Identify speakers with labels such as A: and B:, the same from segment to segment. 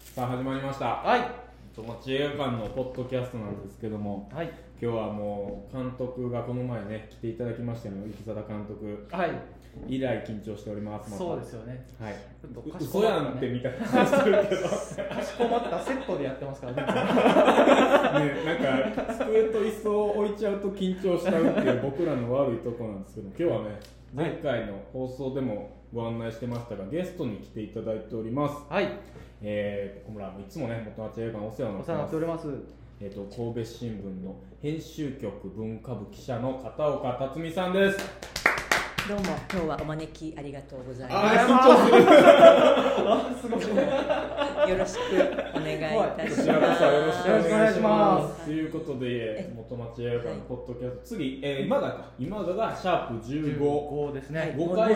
A: さあ始まりました
B: はい
A: ともち映画館のポッドキャストなんですけども
B: はい
A: 今日はもう監督がこの前ね来ていただきましたよ池貞監督
B: はい
A: 以来緊張しておりますまた
B: そうですよね
A: はい
B: ちょっと
A: う
B: かしこ
A: 嘘
B: ま
A: や
B: ったね
A: んってみたいな話するけど
B: かしこまったセットでやってますからね
A: ねなんか机と椅子を置いちゃうと緊張しちゃうっていう僕らの悪いとこなんですけど今日はね前回の放送でもご案内してましたがゲストに来ていただいております
B: はい
A: えー、小村いつもね元町映画館お世話にな
B: お
A: っ
B: 世
A: て
B: 話にな
A: ま
B: って
A: す
B: おります
A: えー、と神戸新聞の編集局文化部記者の片岡辰巳さんです。
C: どうも今日はお招きありがとうござい
A: あ
C: ま
A: ー
B: あすごい
C: す。よろしくお願いいた
A: こ
C: し
A: ちらこ
C: ま
A: そよろし
C: す。
A: くお願いし
B: よろしくお願いし
A: ま。
B: ます
A: ということで、元町映画館のポッドキャスト、次、えー、今だか、今だがシャープ15、五
B: 5ですね
A: 回ごとに、
C: うん
A: は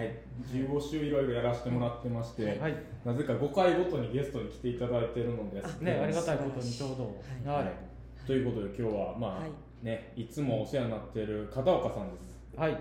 A: い、15週いろいろやらせてもらってまして、
B: はい
A: なぜか5回ごとにゲストに来ていただいているのです。
B: ねありがたいことにちょうど
A: は
B: はい
A: ということで、今日は、まあ、
C: はい
A: い、ね、いつもお世話になっている片岡さんです。
B: いはい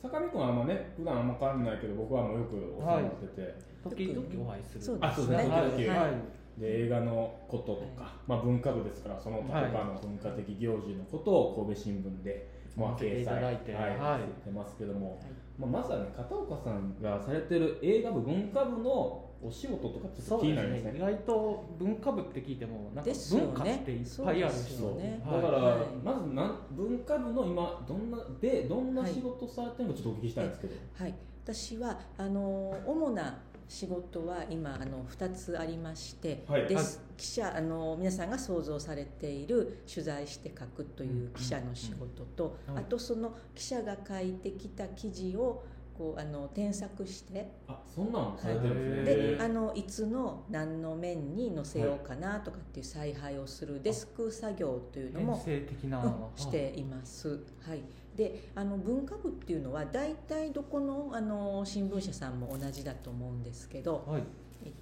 A: 坂見君はあんまね、普段あんまわかんないけど、僕はもうよくお世話になってて、
B: 時々お会いする
C: そう
A: あ
C: で
A: そう
C: す
A: で
C: ね。
A: す
C: は
A: ね
C: い
A: 時
B: はい
A: 々
B: はい
A: で映画のこととか、
C: は
A: まあ、文化部ですからその他
B: はい
A: の文化的行事のことを神戸新聞で、まあ、
B: 載せて
A: 掲載
B: いた
A: は
B: だ
A: い
B: いて
A: は
B: はい
A: い、してますけども、まあ、まずはね片岡さんがされてる映画部文化部のお仕事とかちょっと
B: そう
A: 気
B: で
A: になりますすね
B: ね意外と文化部って聞いてもなんか
C: ですよね
B: 文化っていっぱいある
C: そうで
B: し
C: すよね
A: だから、
C: はい
A: まずなん文化部の今どんなでどんな仕事されてるのかちょっとお聞きしたいんですけど、
C: はい私はあの主な仕事は今あの二つありまして、
A: はい
C: です記者あの皆さんが想像されている取材して書くという記者の仕事と、
B: うんうんうん
C: あとその記者が書いてきた記事をこうあの添削して。
A: あそんなのされてるんですね、
C: で
B: へー
C: あのいつの何の面に載せようかなとかっていう采配をするデスク作業というの
B: 遠
C: も、
B: 征的な
C: うんしています。はい、であの文化部っていうのは大体どこのあの新聞社さんも同じだと思うんですけど、
B: はい
C: えっ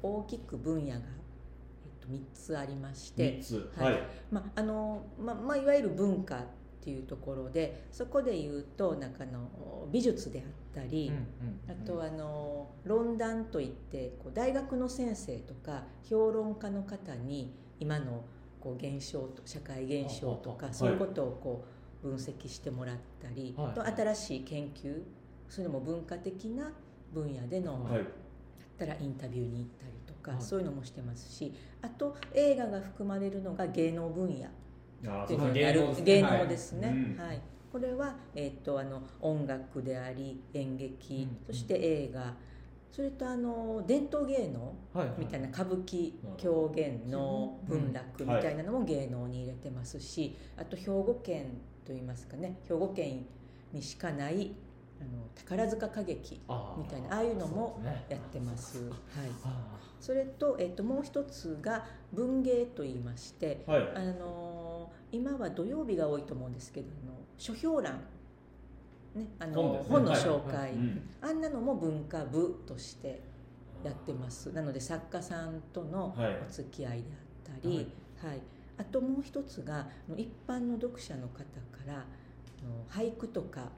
C: と、大きく分野が、えっと、3つありまして
A: 3、つは
C: はいいまああのままあ、いわゆる文化っていうところでそこで言うとなんかあの美術であったり。
B: うんうん
C: あとあの論壇といってこう大学の先生とか評論家の方に今のこう現象と社会現象と
B: ああ
C: か
B: あ
C: そういうことをこう分析してもらったり、
B: はい
C: あと新しい研究そういうのも文化的な分野での、
A: はい
C: だったらインタビューに行ったりとか、
B: はい
C: そういうのもしてますしあと映画が含まれるのが芸能分野
A: あー
C: って
A: そ
C: いうう
A: ですね
C: ふうになる
A: 芸
C: 芸
A: 能
C: 能
A: で
C: ですす
A: ね
C: ね。
A: は
C: はいい
A: うん
C: これは、えっとあの音楽であり演劇、
B: うん
C: そして映画それとあの伝統芸能
B: はいはい
C: みたいな歌舞伎
A: ほど
C: 狂言の文楽
A: う
C: み
A: んはい
C: たいなのも芸能に入れてますし、あと兵庫県といいますかね兵庫県にしかないあの宝塚歌劇
B: あー
C: みたいなああいうの
B: そ
C: も
B: うですね
C: やってます。はい、
B: あ
C: それと,、えっともう一つが文芸といいまして、
A: はい
C: あのー今は土曜日が多いと思うんですけどあの書評欄、ねあ
A: 本
C: の
A: ですね
C: 本の紹介、
B: はい
A: うん
C: あんなのも文化部としてやってますなので作家さんとの
A: はい
C: お付き合いであったり、はいあともう一つがあの一般の読者の方からあの俳句とか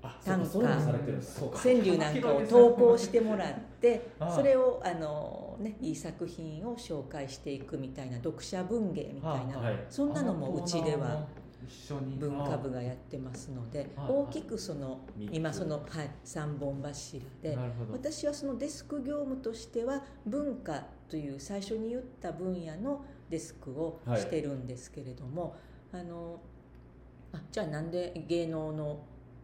A: あ
C: 短歌
A: そうかそれもされてるんですそうか
C: 川柳なんかを投稿してもらって
B: ああ
C: それをあの、ね、いい作品を紹介していくみたいな読者文芸みたいな
B: あ
A: はい
C: そんなのもうちで
B: あのコーナー
C: は
B: も一緒に
C: 文化部がやってますので
B: はい
C: 大きくその
A: 三つ
C: 今その、はい、3本柱
B: あー
C: で
B: なるほど
C: 私はそのデスク業務としては文化という最初に言った分野のデスクを
A: はい
C: してるんですけれども、あのあじゃあなんで芸能の、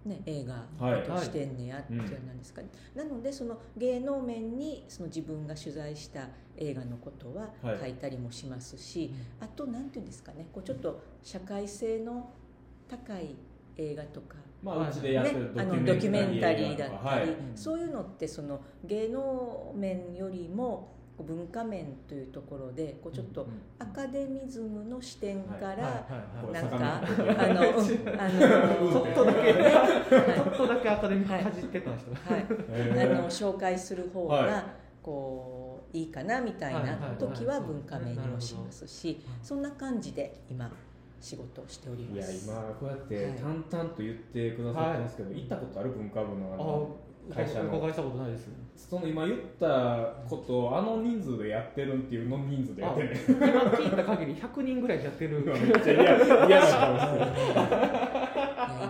C: ね、映画のことをしてんねやっていうのなんですかね、なのでその芸能面にその自分が取材した映画のことは
A: はい
C: 書いたりもしますし、あとなんていうんですかねこうちょっと社会性の高い映画とか、
A: ま
B: は
A: あ
B: いう
A: ちでやって
C: ね
A: る、
C: あのドキュメンタリーだ
A: と
C: っ
A: か
C: たり、
A: はい
C: そういうのってその芸能面よりもこう文化面というところでこうちょっとアカデミズムの視点か
B: はい
C: ら
B: はいはい
C: なんか、
A: はい
C: あの、 うん、あの
B: ちょっとだけ
C: ね
B: ちょっとだけアカデミーかじってた人
C: はい
A: へ
C: あ
A: ー
C: の紹介する方
A: はい
C: がこういいかなみたい
B: はいは
C: ない
B: はい
C: 時は
B: そう
C: 文化面にもしますし
B: ほど
C: そんな感じで今仕事をしており
A: い
C: ま
A: や
C: す。
A: 今こうやって
C: はい
A: 淡々と言ってくださってますけど、行ったことある文化部のあ
B: あ
A: の会社の
B: お伺いしたことないです
A: その今言ったことをあの人数でやってるっていうの人数でやってるね
B: 今聞いた限り100人ぐらいやってる
A: めっちゃ嫌嫌な顔してる
C: いや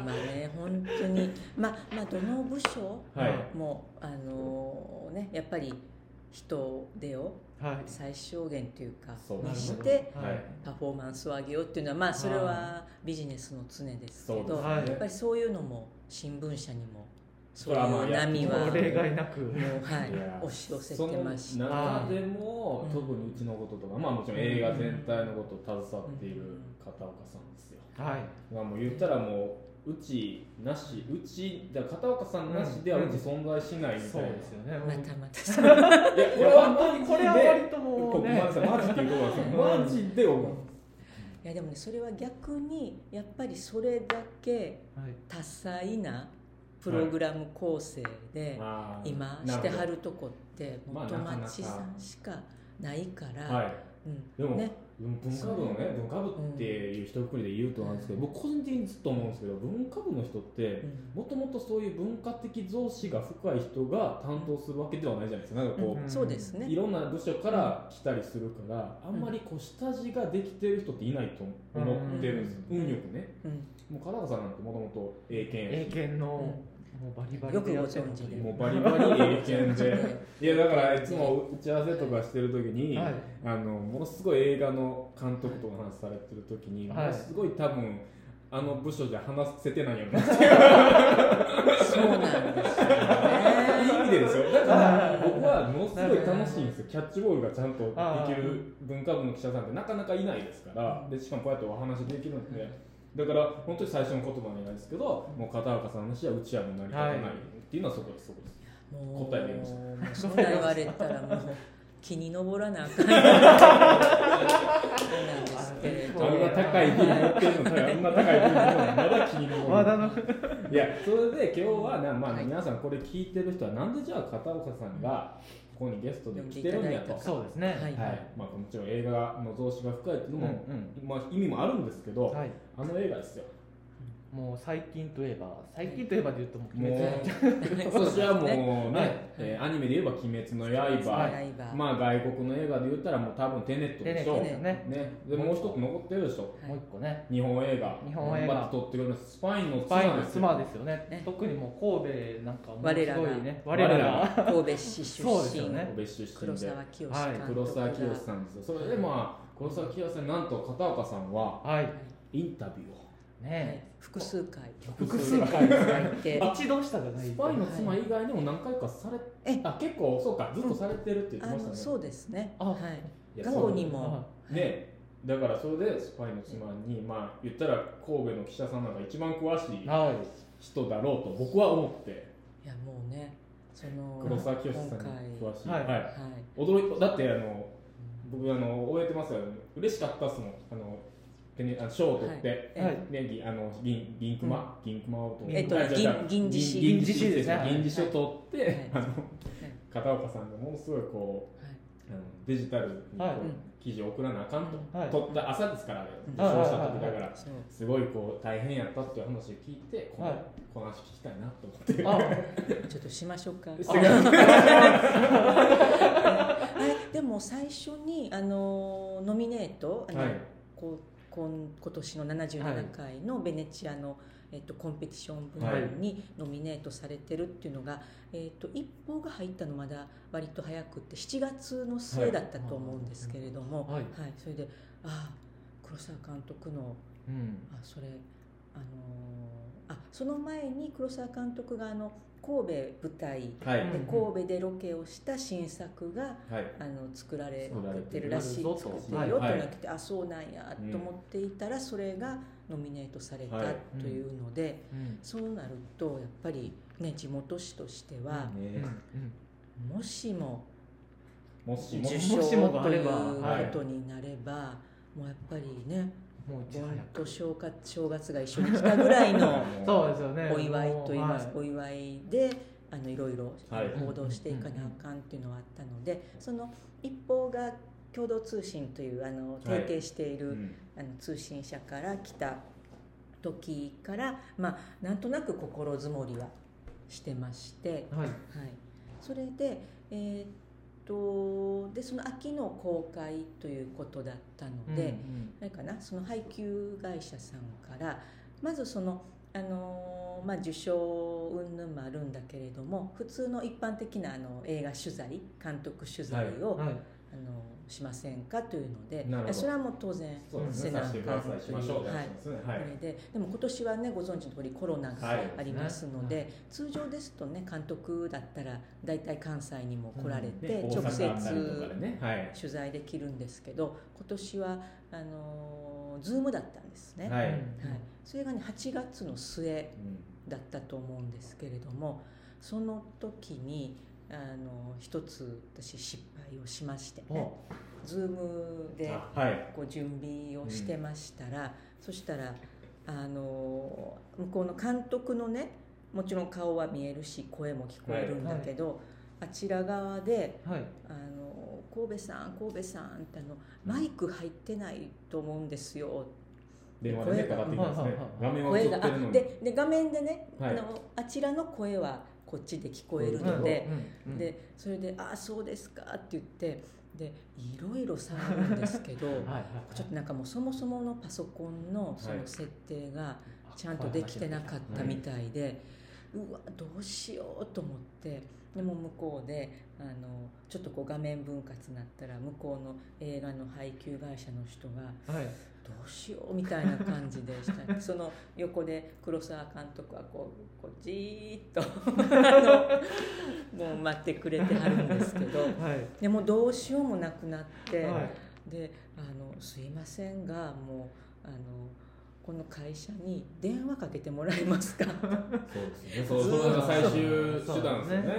C: 今ね本当にま あまあどの部署
A: はい
C: もあのねやっぱり人手を
B: はい
C: 最小限というか
A: そう
C: にし
B: なる
C: て
B: ほど
A: はい
C: パフォーマンスを上げようっていうのはまあそれは
B: は
C: ビジネスの常ですけ
A: そう
C: ど、
B: はい
A: です
C: や
A: ね
C: っぱりそういうのも新聞社にも
A: そ
C: そうい
A: れはまあ
C: う波
A: や
C: はも
A: っ
C: う
A: て
B: 例外なく
C: はい
A: いや
C: 押し寄せてまし
A: そ
C: た
A: の中でも
C: はい
A: 特にうちのこととか、まあ、もちろん映画全体のことを携わっている片岡さんですよ、
B: はい
A: まあ、もう言ったらもううちなしうちだから片岡さんなしでは
B: う
A: う
B: ん
A: ち存在しないみた
B: そ
A: いうな、
B: ですよね
C: また またその
A: いやこ
B: い
A: れ
B: や
A: は
B: 本当にこれは割とも
A: こ
B: う
A: ごめん
B: ね
A: なさいマジっていうこと なんですよマジで思う
C: いやでもねそれは逆にやっぱりそれだけ
B: はい
C: 多彩なプログラム構成で
A: あー
C: 今
A: な
C: して
A: ほど
C: はるとこって
A: まあ
C: 元町
A: なか
C: さ
A: なか
C: んしかないから、
A: はい
C: うん
A: でも、
C: ね
A: 文化部のね文化部っていう一括りで言うとなんですけど、僕個人的にずっと思うんですけど文化部の人って、
C: うん
A: もともとそういう文化的増資が深い人が担当するわけではないじゃないですかなんかこ
B: ん
C: そうです
A: う、
C: ね
A: いろんな部署から来たりするからあんまりこう下地ができてる人っていないと思ってるんですよ、
C: うん
A: 運よくね
C: うん
A: もう片岡さんなんてもともと英
B: 英
A: 検や
B: 検のもうバリバリ
C: よく
B: で
C: ご
B: やってる
C: 存知
A: し
C: で
A: もうバリバリ英 検で
C: ね
A: いやだからいつも打ち合わせとかしてる時に、
B: はい
A: あのものすごい映画の監督とお話しされてる時に、
B: はい
A: ものすごい多分あの部署じゃ話せてないよ ね
C: そうなんですよ
A: いい意
C: ね
A: 味でですよだから
B: あー
A: 僕はものすごい楽しいんですよキャッチボールがちゃんとできる文化部の記者さんってなかなかいないですからでしかもこうやってお話できるんでだから本当に最初の言葉にないですけどもう片岡さんの詩はうちはもう何かないっていうのはそこですそこです
C: もう
A: 答え出ました
C: もうそんな言われたらもう気に登らなあかんよそうなんですけれど
A: あ
B: そ
A: ん
B: う
A: な高いビル持ってるのにあんな高いビル持ってるのにまだ気に
B: ま
A: 残
B: だ
A: る
B: の
A: いやそれで今日はな、まあ、
C: はい
A: 皆さんこれ聞いてる人はなんでじゃあ片岡さんがここにゲストで来てるんやと
C: 呼んでいただいたか
B: そうですね
C: は
A: はいまあ、もちろん映画の増資が深いっていうのも、
B: うん
A: まあ、意味もあるんですけど、
B: はい
A: あの映画ですよ
B: もう最近といえば最近といえばで言うともう
A: もう
B: 鬼滅
A: 私はもうね、
B: はい
A: えーアニメで言えば「鬼滅の刃」
B: はい
A: まあ外国の映画で言ったらもう多分テネットでしょ、
B: テネットね
A: ねでもう一つ残ってるでしょ
B: もう一個ね
A: 日本映画
B: 日本映画
A: 頑張って撮ってくれますスパインの
B: スパイの
A: 妻ですよ
B: 妻ですよ
C: ね
B: ね特にもう神戸なんかもう
C: 我
B: す
C: ら
B: ご
C: が
B: いね
A: 我
B: 我
A: ら
B: ら
A: が
B: が
C: 神戸市出
B: そうです
C: 身、
B: よね
A: 神戸出
C: 黒
A: 身で
C: 沢清監督が、
B: はい
A: 黒沢清さんですよそれでまあ黒沢清さんなんと片岡さんは
B: はい
A: インタビューを
C: はい
B: ね、
C: 複数回
B: 複数回ですね
C: いて
B: 一度したじゃない
A: スパイの妻以外にも何回かされ
C: え
A: あ結構そうかずっとされてるって言
C: あ
A: ってましたね、
C: のそうですね
B: あ
C: はい
A: いや
C: 過
A: そ
C: 去
A: う
C: に
B: は
C: も
A: ねだからそれでスパイの妻にまあ言ったら神戸の記者さんなんか一番詳し
B: い
A: い
B: はい
A: 人だろうと僕は思って
C: いやもうねその
A: 黒沢清さんに
C: 今
A: 詳しい、
B: はい
A: は
C: 回
A: い、
C: はい
A: 驚いだってあの僕あの終えてますよ嬉しかったっすもんあのペネあ賞を取って、
B: はい
A: ね、ぎあの銀銀熊、銀熊を取
B: えっと
A: あじゃあじゃあ
C: 銀銀獅子
A: 銀獅子ですね。銀
B: 銀
A: 獅
C: 獅
A: 子
C: 子
A: を取って、
C: はい
A: あの片岡さんがものすごいこうあのデジタルにこう、
B: はい
A: 記事を送らなあかんと、
B: はい
A: 取った朝ですからね、
C: うん
A: 受賞した時だか
B: はい
A: ら、
C: そう
A: すごいこう大変やったっていう話を聞いて、この,、
B: はい
A: この話聞きたいなと思って。
B: あ
C: ちょっとしましょうか
A: してください
C: はいでも最初にあのノミネートあの、
A: はい
C: ここん今年の77回のベネチアの、えっと、コンペティション部門にノミネートされてるっていうのが、えっと、一報が入ったのまだ割と早くって7月の末だったと思うんですけれども、
B: はい
C: それでああ黒沢監督の
B: うん
C: あそれあのーあその前に黒沢監督があの神戸舞台で
A: はい、
B: うん
C: 神戸でロケをした新作が、
A: はい、
C: あの作られ
A: 作られて
C: て
A: る
C: るらしい
B: そう
C: 作
B: そう
C: ってるよと
A: はい
C: なってて、あそうなんやと思っていたら、それがノミネートされた
A: はい
C: というので、
B: うん
C: そうなるとやっぱり、ね、地元紙としては、
B: う
A: ね
B: ん
C: もしも
A: もしも
C: 受
B: も
C: 賞
B: し
C: と
B: もがあ
C: い
B: れ
C: う
B: ば
C: ことになれば、もうやっぱりね
B: もう一度
C: 盆
B: 早
C: と
B: く
C: 正月正月が一緒に来たぐら いの
B: そうですよね
C: お祝いといいます、
B: もう
C: お祝いであのいろいろ
A: はい
C: 報道していかなあかんっていうのはあったので、その一方が共同通信というあの提携している、
A: うん
C: あの通信社から来た時から、まあ、なんとなく心づもりはしてまして、
B: はい
C: はい、それでえーっとでその秋の公開ということだったので、あれかなその配給会社さんからまずその、あのーまあ、受賞云々もあるんだけれども普通の一般的なあの映画取材監督取材を、
B: はい
C: あのしませんかというので
A: なるほど
C: それはもう当然
A: そうですね、
C: 背中
A: させてください、しましょうって
C: はい
A: 話ですね。は
C: こ
A: い。
C: れででも今年はねご存知の通りコロナが
A: はい
C: ありますので、通常ですとね監督だったら大体関西にも来られて、
A: で
C: 直
A: 大阪あたりとか
C: 接
A: でね、はい。
C: 取材できるんですけど今年はあのズームだったんですね、
A: は
B: はいい
C: はい、それがね8月の末
A: うん
C: だったと思うんですけれどもその時にあの一つ私失敗をしましてね
B: お
C: ズームで
A: あはい。
C: こう準備をしてましたら、そしたらあの向こうの監督のねもちろん顔は見えるし声も聞こえるんだけど、あちら側で
B: はい
C: 「あの神戸さん神戸さん」ってあの「マイク入ってないと思うんですよ」
A: 電話でね、
C: 声が
A: かかってきたんですね
B: はいはいはい。
A: 画面は映
C: 声
A: って
C: が
A: る
C: あ
A: のに。
C: でで画面でね、
A: はい
C: あのあちらの声はこっちで聞こえる
A: な
C: ので。
B: うんうん
C: でそれで「ああそうですか」って言ってでいろいろ騒ぐんですけど
B: はいはい
C: ちょっとなんかもうそもそものパソコンのその設定がちゃんとできてなかったみたいで、うわどうしようと思ってでも向こうであのちょっとこう画面分割になったら向こうの映画の配給会社の人が
B: はい
C: どうしようみたいな感じで したその横で黒澤監督はこうこうじーっ とあのもう待ってくれてはるんですけど
B: はい
C: でもうどうしようもなくなって。
B: はい
C: であの「すいませんがもうあのこの会社に電話かけてもらえま すか?
A: そうですね。そう、それが最終手段ですよね。
B: そうですね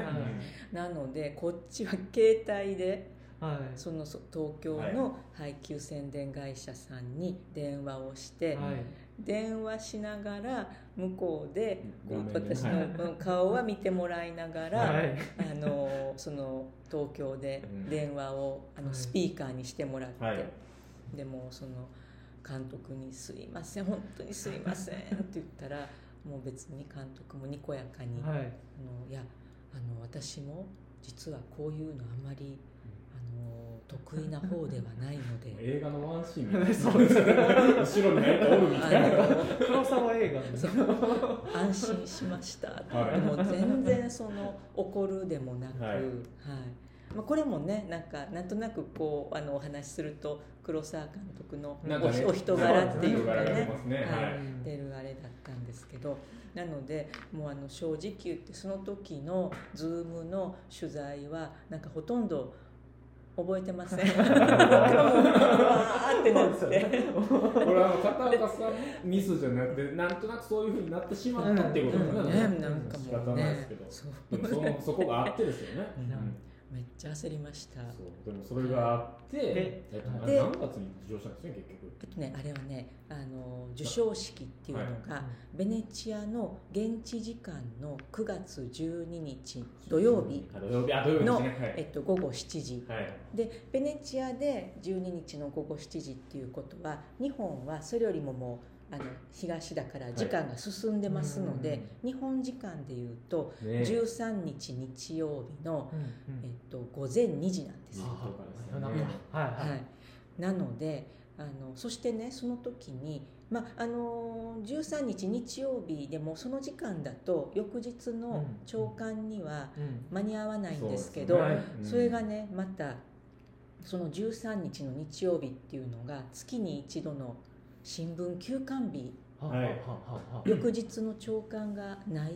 A: う」
C: なのでこっちは携帯で
B: はい
C: そのそ東京の配給宣伝会社さんに電話をして、
B: はい
C: 電話しながら向こうで
A: 画面でね
C: 私の顔は見てもらいながら、
B: はい
C: あのその東京で電話をあ
B: は
C: の
B: い
C: スピーカーにしてもらって。
A: んはい。
C: でもその監督に「すいません本当にすいま せん」って言ったらもう別に監督もにこやかに「あ
B: はい
C: のいやあの私も実はこういうのあんまりあの得意な方ではないので
A: 映画のワンシーンみたいな。
B: そうですね
A: 後ろに何かおるみ
C: あ
A: たいな。
C: の
B: 黒沢映画の
C: その安心しましたって、
A: はい
C: もう全然その怒るでもなく、
A: は
C: はいいまあ、これもねなんかなんとなくこうあのお話しすると黒沢監督の
A: なん
C: お,、
A: かね
C: お人柄っていう
A: 人柄
C: か
A: が出
C: ね
A: ますね。
C: はい
A: は
C: 出るあれだったんですけどなのでもうあの正直言ってその時の Zoom の取材はなんかほとんど覚えてませんなんかもううわーってなって
A: い。これはあの片岡さんのミスじゃなくて、なんとなくそういう風になってしまったっていうことですね。
B: ん
C: ねなんか
A: 仕
C: も
A: 方
C: う
A: ないですけ
C: ね
A: ど
C: そ
A: で
C: う
A: もそのそこがあってですよ ね。
B: うん
A: うん
C: めっちゃ焦りました
A: そうでもそれがあって、
B: で
A: えっと、な
C: で
A: 何月に受賞したんですね結局
C: えっとねあれはねあの授賞式っていうのが、
B: は
C: ベネチアの現地時間の9月12日土曜日、
A: あ土曜日あ土曜日です
C: え
A: ね
C: っと、午後7時
A: はい、はい、
C: でベネチアで12日の午後7時っていうことは日本はそれよりももうあの東だから時間が進んでますので、
B: はい
C: 日本時間でいうと
A: ね
C: 13日日曜日の、
B: うん
C: えっと、午前2時なんですよ。
A: あ
B: 夜中はい
C: はい、なのであのそしてねその時に、まああのー13日日曜日でもその時間だと翌日
B: う
C: の
B: ん
C: 朝刊には
B: うん
C: 間に合わないんですけ
B: そ
C: ど
B: うですねはい
C: それがねまたその13日の日曜日っていうのが月に一度の新聞休刊日
A: はい
B: ははは
C: 翌日の朝刊がな
B: は
C: い
B: い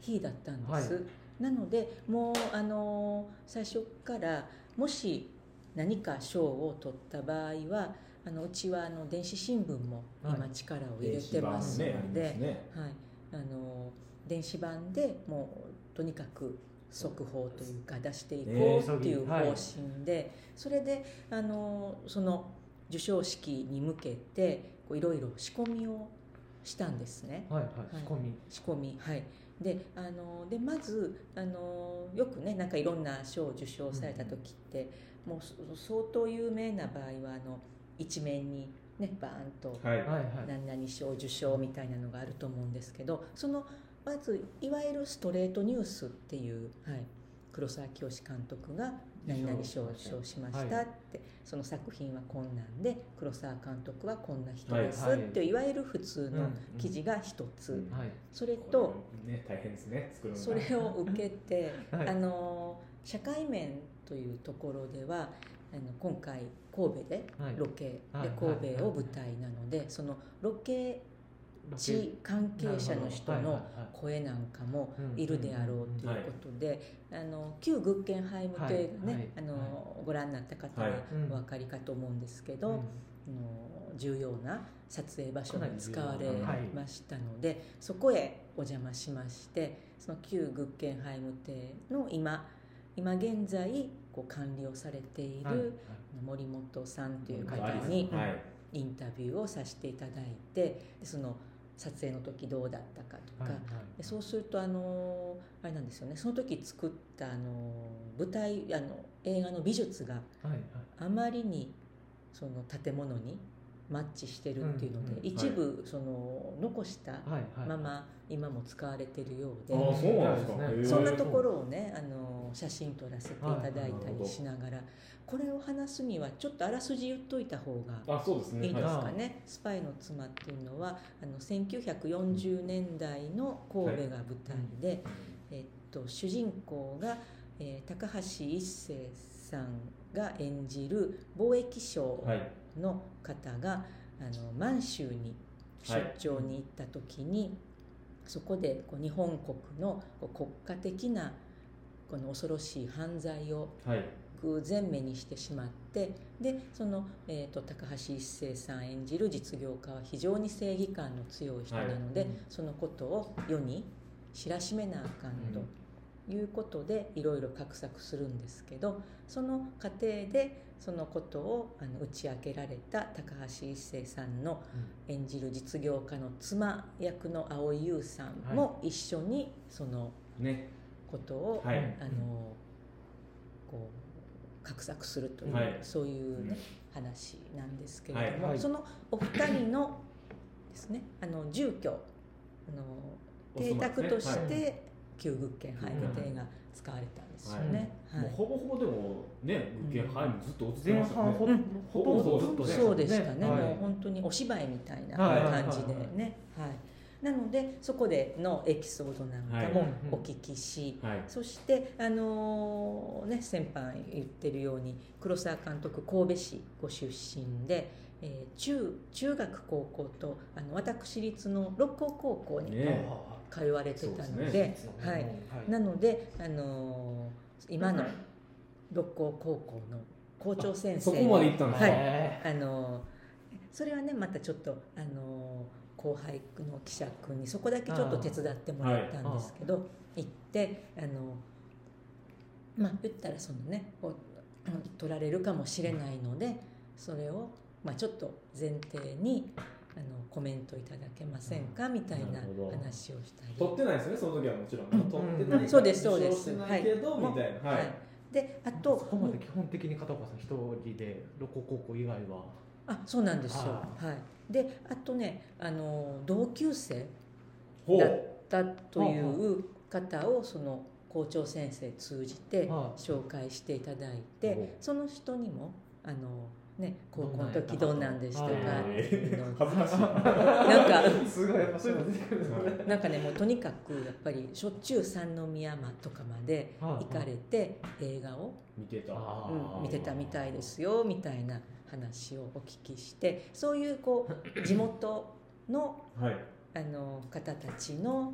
C: 日だったんです、
B: は
C: なのでもうあのー最初からもし何か賞を取った場合はあのうちはあの電子新聞も今
B: はい
C: 力を入れてますので、
A: 電子版ね
C: はい、あの電子版でもうとにかく速報というか出していこうっていう方針で、それであのその授賞式に向けてこういろいろ仕込みをしたんですね
B: はいはい
C: い
B: 仕込み
C: 仕込みはいであのでまずあのよくねなんかいろんな賞を受賞された時って、もうそ相当有名な場合はあの一面にねバーンと
A: ありますねはい
B: はいはい
C: 何々賞受賞みたいなのがあると思うんですけどそのまずいわゆるストレートニュースっていう、はい、黒沢清監督が何々賞を賞しました
B: は
C: っ
B: い
C: て、その作品はこんなんで黒沢監督はこんな人
A: はい
C: です
B: はい
C: っていう、いわゆる普通
B: うんう
C: の
B: ん
C: 記事が一つ、
A: うん
B: はい
C: それ
A: ことれね大変ですね作るのが
C: それを受けて、
B: はい
C: あの社会面というところではあの今回神戸で
B: はい
C: ロケで
B: はい
C: 神戸を舞台なのでそのロケ地関係者の人
B: なるほどはいはい
C: の
B: はい
C: 声なんかもいるであろうということで、あの旧グッケンハイムという
B: は
C: ね、
B: いはい
C: あの
B: はい
C: ご覧になった方は
A: はい
B: うん
C: お分かりかと思うんですけど、
B: うん
C: あの重要な撮影場所に使われ
A: かなり重要な
B: はい
C: ましたので、そこへお邪魔しましてその旧グッケンハイム邸の今今現在こう管理をされてい
B: はいはい
C: る森本さんという方
A: はい
C: に
A: はい
C: インタビューをさせていただいてでその撮影の時どうだったかとか、
B: はい
C: でそうするとあのあれなんですよねその時作ったあの舞台あの映画の美術が
B: はいはい
C: あまりにその建物にマッチしてるっていうので、
B: うんうん
C: 一部その残した
B: はいはい
C: まま今も使われてるようで、
A: ああそうなんですか
B: そうですね
A: へえ
C: そんなところをねあの写真撮らせていただ
A: は
C: い
A: いな
C: た
A: るほ
C: り
A: ど
C: しながら、これを話すにはちょっとあらすじ言っといた方が
A: あそうですね
C: いいです
A: は
C: かね、スパイの妻っていうのはあの1940年代の神戸が舞台で、えっと、主人公が、えー高橋一生さんが演じる貿易商
A: はいはい
C: の方が、あの満州に出張に行った時に、そこでこう日本国のこう国家的なこの恐ろしい犯罪を
A: はい
C: 偶然目にしてしまってでその、えー、と高橋一生さん演じる実業家は非常に正義感の強い人なので、
B: はい
C: そのことを世に知らしめなあかんということでいろいろ画策するんですけどその過程でそのことをあの打ち明けられた高橋一生さんの演じる実業家の妻役の蒼井優さんも一緒にその
A: ね
C: ことを、
A: はい
C: あのこう画策するという、
A: はい
C: そういう、ね
A: うん
C: 話なんですけれど
B: は
C: も、
B: いはい
C: そのお二人のですねあの住居あの邸宅とし
A: お住まいですね
C: て旧グッケンハイム邸が使われたんですよね。
A: はいもう
C: はい
A: ほぼほぼでもねグッケンハイムずっと映って
B: 前
A: ましたよ
B: 半ほ
A: ね
C: うん
B: ほとんどずっとね
C: そうでしたね、
B: はい
C: もう本当にお芝居みたいな
B: はい
C: 感じでね、はいなのでそこでのエピソードなんかもお聞きし、
A: はい
C: そして、あのーね、先般言ってるように黒沢監督神戸市ご出身で、えー中中学高校とあの私立の六甲高校に
A: ね
C: 通われてたので,、
A: そうで
C: はい、なので、あのー今の六甲高校の校長先生
A: そこまで行ったんですか
C: はい
B: い
C: あのそれはねまたちょっとあの後輩の記者君にそこだけちょっと手伝ってもらったんですけど、行ってあのまあ言ったらそのねこうあの取られるかもしれないのでそれを、まあ、ちょっと前提にあのコメントいただけませんかみたい
A: な
C: な
A: るほど
C: 話をしたり。
A: 撮ってないですねその時はもちろん撮ってない
B: うん
C: そうですそうです
A: 受賞してないけど
C: はい
A: みたいな
C: は
A: はいい
C: であと
B: とそこまで基本的に片岡さん一人でロコ高校以外は
C: あそうなんですよ。
B: あ
C: はい、であとねあの同級生
A: ほ
C: だ
A: う
C: だという方をその校長先生通じて
B: はい
C: 紹介していただいて、
A: おう
C: その人にもあの、ね、高校の時どうなんでしたかっていうのを
A: 恥ずかしい
C: なんか
B: すごい面白い
C: なんかねもうとにかくやっぱりしょっちゅう三宮間とかまで行かれて映画を、
A: 見てた
B: あ
C: う
B: ー
C: ん見てたみたいですよみたいな話をお聞きしてそういうこう地元の
A: はい
C: あの方たちの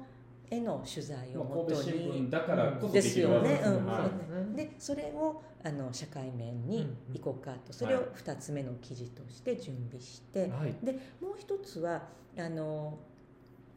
C: 絵の取材を
A: まあ
C: も
A: 神
C: と
A: 戸新聞
C: に。
A: だからこそできる
B: よ
A: 技
B: ね
A: ですね
C: うん
A: はい
C: でそれをあの社会面に行こうかとそれを2つ目の記事として準備して、
B: はい
C: もう一つはあの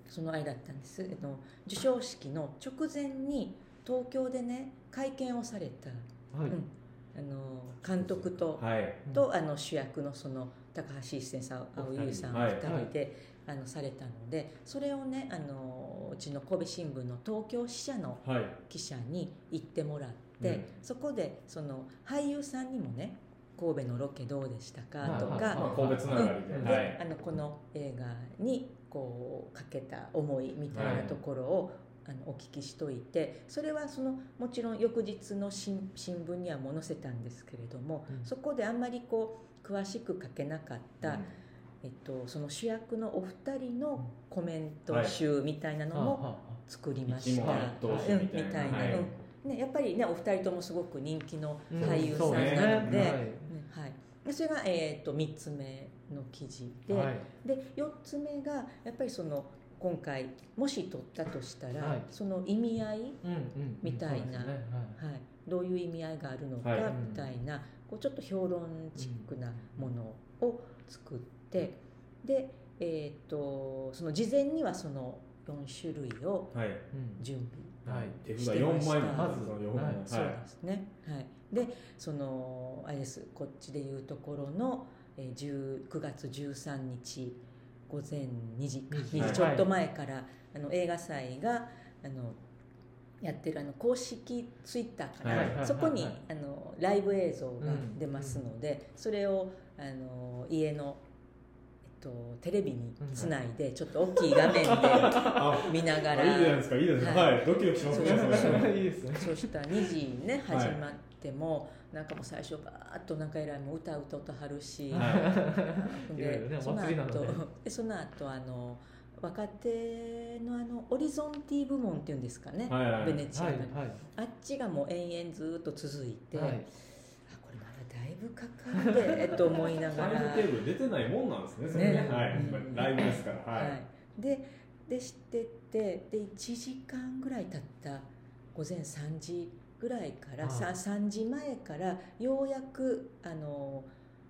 C: そのあれだったんですあの授賞式の直前に東京でね会見をされた、
B: は
C: うんあの監督と,、
A: はい
C: とあの主役のその高橋一生さん
B: お二
C: 蒼
B: 人
C: 井優さん
A: はい
C: 2人で、あのされたのでそれをねあのうちの神戸新聞の東京支社の
A: はい
C: 記者に行ってもらって、
A: うん
C: そこでその俳優さんにもね神戸のロケどうでしたかとか、
B: はいはいはい
A: まあ神戸つながり
B: うん
A: で
C: で
A: はい
C: あのこの映画にこうかけた思いみたいなところを、あのお聞きしといてそれはそのもちろん翌日の新新聞にはも載せたんですけれども、
B: うん
C: そこであんまりこう詳しく書けなかった、えっと、その主役のお二人のコメント集みたいなのも作りまし
A: 一
C: た、
A: 問一答集
C: うん
A: みたいなはい
C: うんね、やっぱりねお二人ともすごく人気の
B: うん
C: 俳優さん
B: そうね
C: なので、
B: は
C: ねはいでそれが、えー、と3つ目の記事で,、
B: いはい
C: で4つ目がやっぱりその今回もし取ったとしたら、
B: はい
C: その意味合い、はい、
B: うんうん
C: みたいな
B: そうですね
C: どういう意味合いがあるのか、
A: はい
C: みたいなこうちょっと評論チックなものを作って、で、えー、とその事前にはその4種類を
A: はい
B: うん
C: 準備
B: はい
A: 手札4枚も
B: まず
A: その4枚
B: はい
C: そう
A: はい
C: ですね。はい。で、そのあれです。こっちでいうところの、えー、10 9月13日午前2時か
B: 2
C: 2
A: は
C: 時
A: い
C: ちょっと前から、あの映画祭があのやってるあの公式ツイッターから、
A: はいはい
B: はい
C: そこに、
B: はい
C: あのライブ映像が出ますので、それをあの家のえっとテレビにつないでちょっと大きい画面で
A: あ
C: 見な が
A: あ
C: ら
A: いいじゃないですかいいじゃないですか
C: はい
A: はいドキドキしますね
C: そうそう
A: それ
B: いいですね
C: そしたら2時にね
A: はい
C: 始まっても、なんかもう最初バーッとなんか偉いもう歌歌歌はるし、
B: はいいろいろねお
C: その
B: 祭りなので
C: 後でその後あの若手のあのオリゾンティ部門っていうんですかね、
A: はいはい
C: ベネチア
B: は
C: の、
B: いはい
C: あっちがもう延々ずっと続いて、
B: はい
C: あこれまだだいぶかかるでと思いなが
A: タ
C: ら
A: イムテーブル出てないもんなんですねそれね
B: ね
A: はい
C: うん
A: ライブですからは
C: はいい、でで知っててで1時間ぐらい経った午前3時ぐらいから、
B: はい
C: さ3時前からようやくあの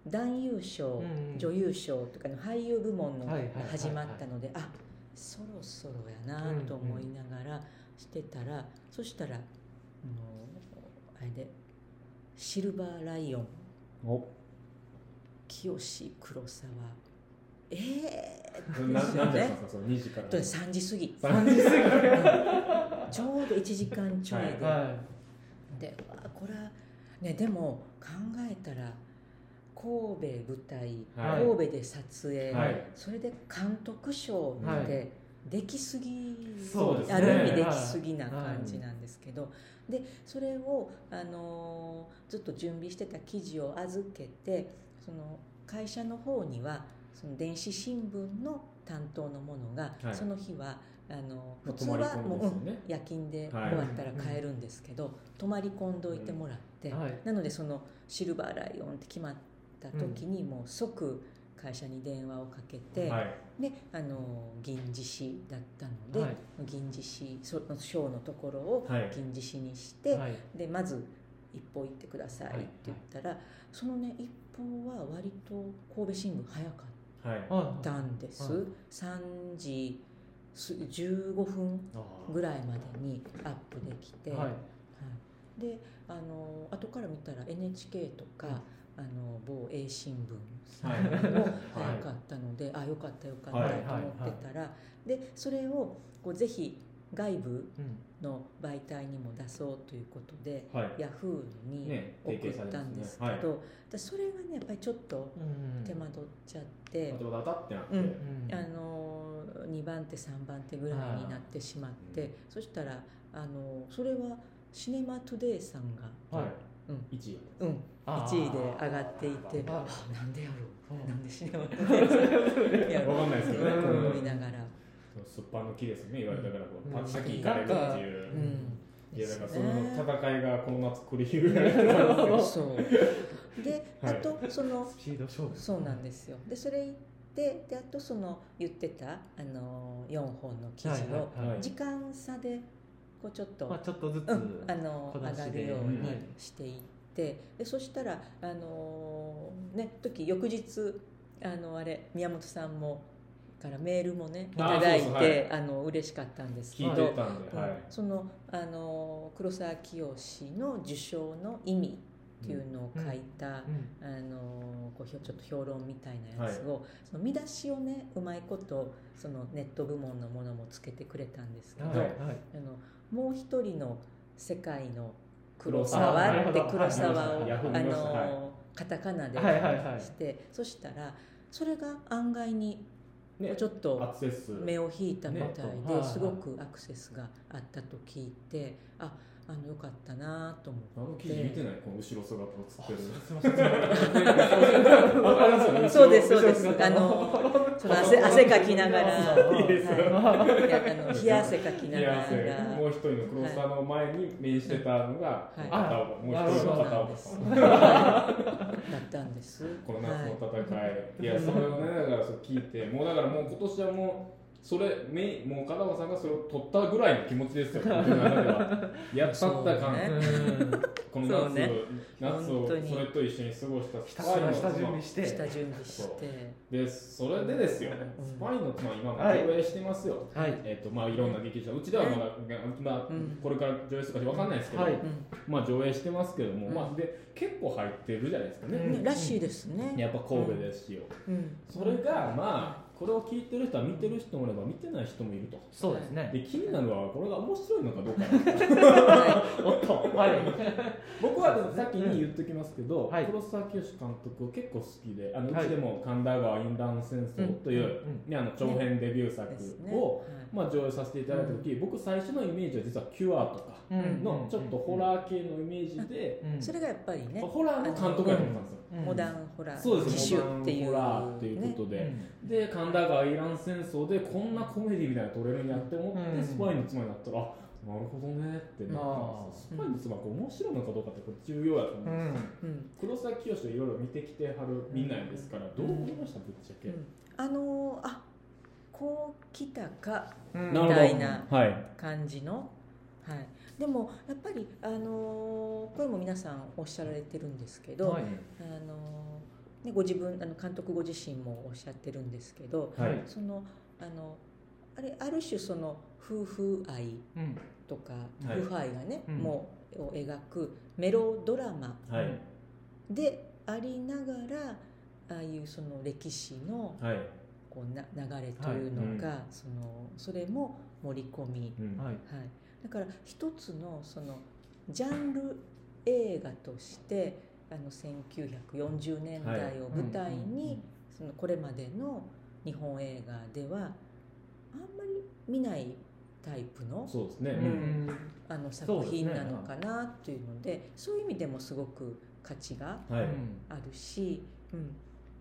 C: 男優賞、
B: うんうん
C: 女優賞とかの俳優部門の
B: はいはいはいはい
C: が始まったので、あそろそろやなと思いながらしてたら、そしたらあのあれで「シルバーライオン」
A: お
C: 清志黒沢ええーって
A: ななん
C: です
A: で
C: よ
A: やったんで
C: ね
A: すかその2時から
C: と3時過ぎ
A: 3時過ぎ
C: ちょうど1時間ちょいで、
B: は
C: でうわこれはねでも考えたら神戸舞台、
A: はい
C: 神戸で撮影、
A: はい
C: それで監督賞
A: は
C: っ
A: い
C: てできすぎ、
B: そうです
A: ね
C: ある意味できすぎな感じなんですけど、でそれを、あのーずっと準備してた記事を預けてその会社の方にはその電子新聞の担当のものが、
A: はい
C: その日はあの
A: も
C: 普
A: う
C: 通
A: 泊まり
C: は
A: 込み
C: もう、
A: ですよ
C: うん
A: ね
C: 夜勤で終
A: はい
C: わったら帰るんですけど、泊まり込んどいてもらって、
B: いはい
C: なのでそのシルバーライオンって決まった時にもう即会社に電話をかけて、
A: はい
C: であの銀獅子だったので、
B: はい
C: 銀獅子その章のところを
A: はい
C: 銀獅子にして、
B: はい
C: でまず一報行ってくださいって言ったら、そのね一報は割と神戸新聞早か
A: はい
C: っ
B: は
C: たんです、
B: はい
C: 3時す15分ぐらいまでにアップでき
B: い
C: て、
B: はい
C: はいであの後から見たら NHK とか、あの某英新聞さんも早かったので、あよかったよかった
A: はい
C: と思ってたら、でそれをこうぜひ外部
B: うん
C: の媒体にも出そうということで、
A: はい
C: ヤフーに
A: ね
C: 送
A: 提
C: っ
A: 携され
C: た
A: てま
C: んですす
A: ね
C: け
A: はい
C: ど、でそれがねやっぱりちょっと
B: うん
C: 手間取っちゃって
A: バ、タバタってなって
C: うん
B: うん
C: あの2番手3番手ぐらいになってしまって、
A: うん
C: そしたらあのそれはシネマトゥデイさんが、
B: はい
C: うん
A: 1位
C: うん、
B: あー
C: 1位で上がっていて
B: あ
C: あなんでやろ
B: そう
C: うなんでシネマトゥデイさ んや
A: わ
C: ろ
A: かんないですけどね
C: うと
B: うん
C: 思いながら、
A: すっぱの木ですね言われたからこう
B: うん
A: パ先行かれるっていう
C: う、ん、
A: いやだからその
C: ですね
A: 戦いがこの夏繰り広げられてたんですけど
C: そうで、
A: はい
C: あとその
B: スピード勝負
C: そうなんですよでそれ行ってであとその言ってたあの4本の記事を
B: はいはいはい
C: 時間差でこうちょっと、
B: まあちょっとずつ
C: うん、あの
B: 小
C: 上
B: 出しで
C: がるよう
A: うんは
C: に
A: い
C: していって、でそしたらあのーね時翌日あのあれ宮本さんもからメールもねい
A: あー
C: ただい
A: そう
C: て
A: そうはい
C: あの嬉しかったんですけ
A: 聞い
C: ど
A: てたんで、
C: うん
A: はい
C: そのあのー黒沢清の受賞の意味っていうのを書いた、
B: うん
C: あのこうひょちょっと評論みたいなやつを、その見出しをねうまいことそのネット部門のものもつけてくれたんですけど、
B: はいはい
C: あのもう一人の世界の黒
A: 黒
B: 沢
C: 沢って黒沢
B: あ
C: を
B: なるほど
C: あ
A: はい見ましたはい
C: のカタカナで
B: はいはいはい
C: してそしたらそれが案外に
A: ね
C: ちょっと
A: アクセス
C: 目を引いたみた
B: ね
C: い
B: はい
C: で
B: はい
C: すごくアクセスがあったと聞いてああのよかったなと思
A: あの記事見てないこの後ろ姿
B: あ
A: 映ってる
B: すいません。わかりますよ
C: う
B: ね
C: そうですそう
B: 後
C: で
B: ろ
C: す
B: 姿
C: あのその汗汗かきながら、
B: いい
A: ですよ
C: はい、いやあ の冷や汗かきな
A: 冷
C: がら
A: や汗もう一人の黒沢の前に面してたのが
C: はい
A: 片岡もう一人
C: そう
A: の
C: な
A: 片
C: ん
A: 岡
C: です
A: さん
C: はいだったんです
A: この夏
C: はい
A: の戦い、い、やそれをねだからそう聞いてもうだからもう今年はもうそれメインもう片岡さんがそれを取ったぐらいの気持ちですよ僕の中ではやったった感、
C: そうね
A: この夏を、
C: そうね
A: 夏を
C: 本
A: そ
C: 当
A: れ
C: に
A: と一緒に過ごした
B: ひ
A: ス
B: た
A: パ
B: す
A: イの
B: ら下準
A: 妻
B: 備して。
C: 下準備し
A: そう
C: て
A: でそれでですよスパイの妻今も上映してますよ、
B: はい。
A: えっとまあいろんな劇場うちではまだ、まあ
C: うん
A: これから上映するかわかんないですけど、
B: はい
A: まあ上映してますけども、
C: うん
A: まあで結構入ってるじゃないですかね、
C: うんねらしいですね
A: やっぱ神戸ですしよ、
C: うん
A: それがまあこれを聞いてる人は見てる人もいれば見てない人もいると
B: そうですね。
A: で気になるのはこれが面白いのかどうかなんですよ
B: おっと。はい。
A: 僕はでも先に言っときますけど、
B: はい
A: 黒沢清監督は結構好きであのう
B: はい
A: ちでも「神田川インダウン戦争」という、
B: うん
A: ね、あの長編デビュー作
C: ですね
A: を、
C: はい
A: まあ、上映させていただいた時、僕最初のイメージは実は「キュア」とか
B: うん
A: のちょっとホラー系のイメージで、
B: うん
C: それがやっぱりね
A: ホラーの監督やと思ったんですよ、
B: うん
C: モダンホラ
A: そう
C: ー
A: です
C: 機
A: モダ
C: 種
A: ン
C: っていう
A: ホラーっていうことで、で神田川イラン戦争でこんなコメディみたいなの撮れるんやって思って、
B: うん
A: スパイの妻になったらあなるほどねってなったんですよスパイの妻これ面白いのかどうかってこれ重要やと思う、
B: うん
C: うん
A: 黒沢清をいろいろ見てきてはるみんなんですからどう思いましたぶっちゃけ、
C: うんあのーあこう来たか
B: うん
C: なるほどみたいな
A: はい
C: 感じの、はい、でもやっぱり、あのーこれも皆さんおっしゃられてるんですけど、
B: はい
C: あのーね、ご自分あの監督ご自身もおっしゃってるんですけど
A: はい
C: そのあのあれある種その夫婦愛
B: うん
C: とか、
A: はい
C: 夫婦愛がね、
B: うん
C: もうを描くメロドラマ
A: はい
C: でありながらああいうその歴史の
A: はい、
C: こうな流れというのが、
A: は
C: そのそれも盛り込み、
A: うん
B: はい
C: はい、だから一つのそのジャンル映画としてあの1940年代を舞台にそのこれまでの日本映画ではあんまり見ないタイプの
A: そうですね、
B: うんうん
C: あの
B: そうで
C: 作
B: すね
C: 品なのかなというのでそういう意味でもすごく価値が
A: はい、
C: あるし、うん、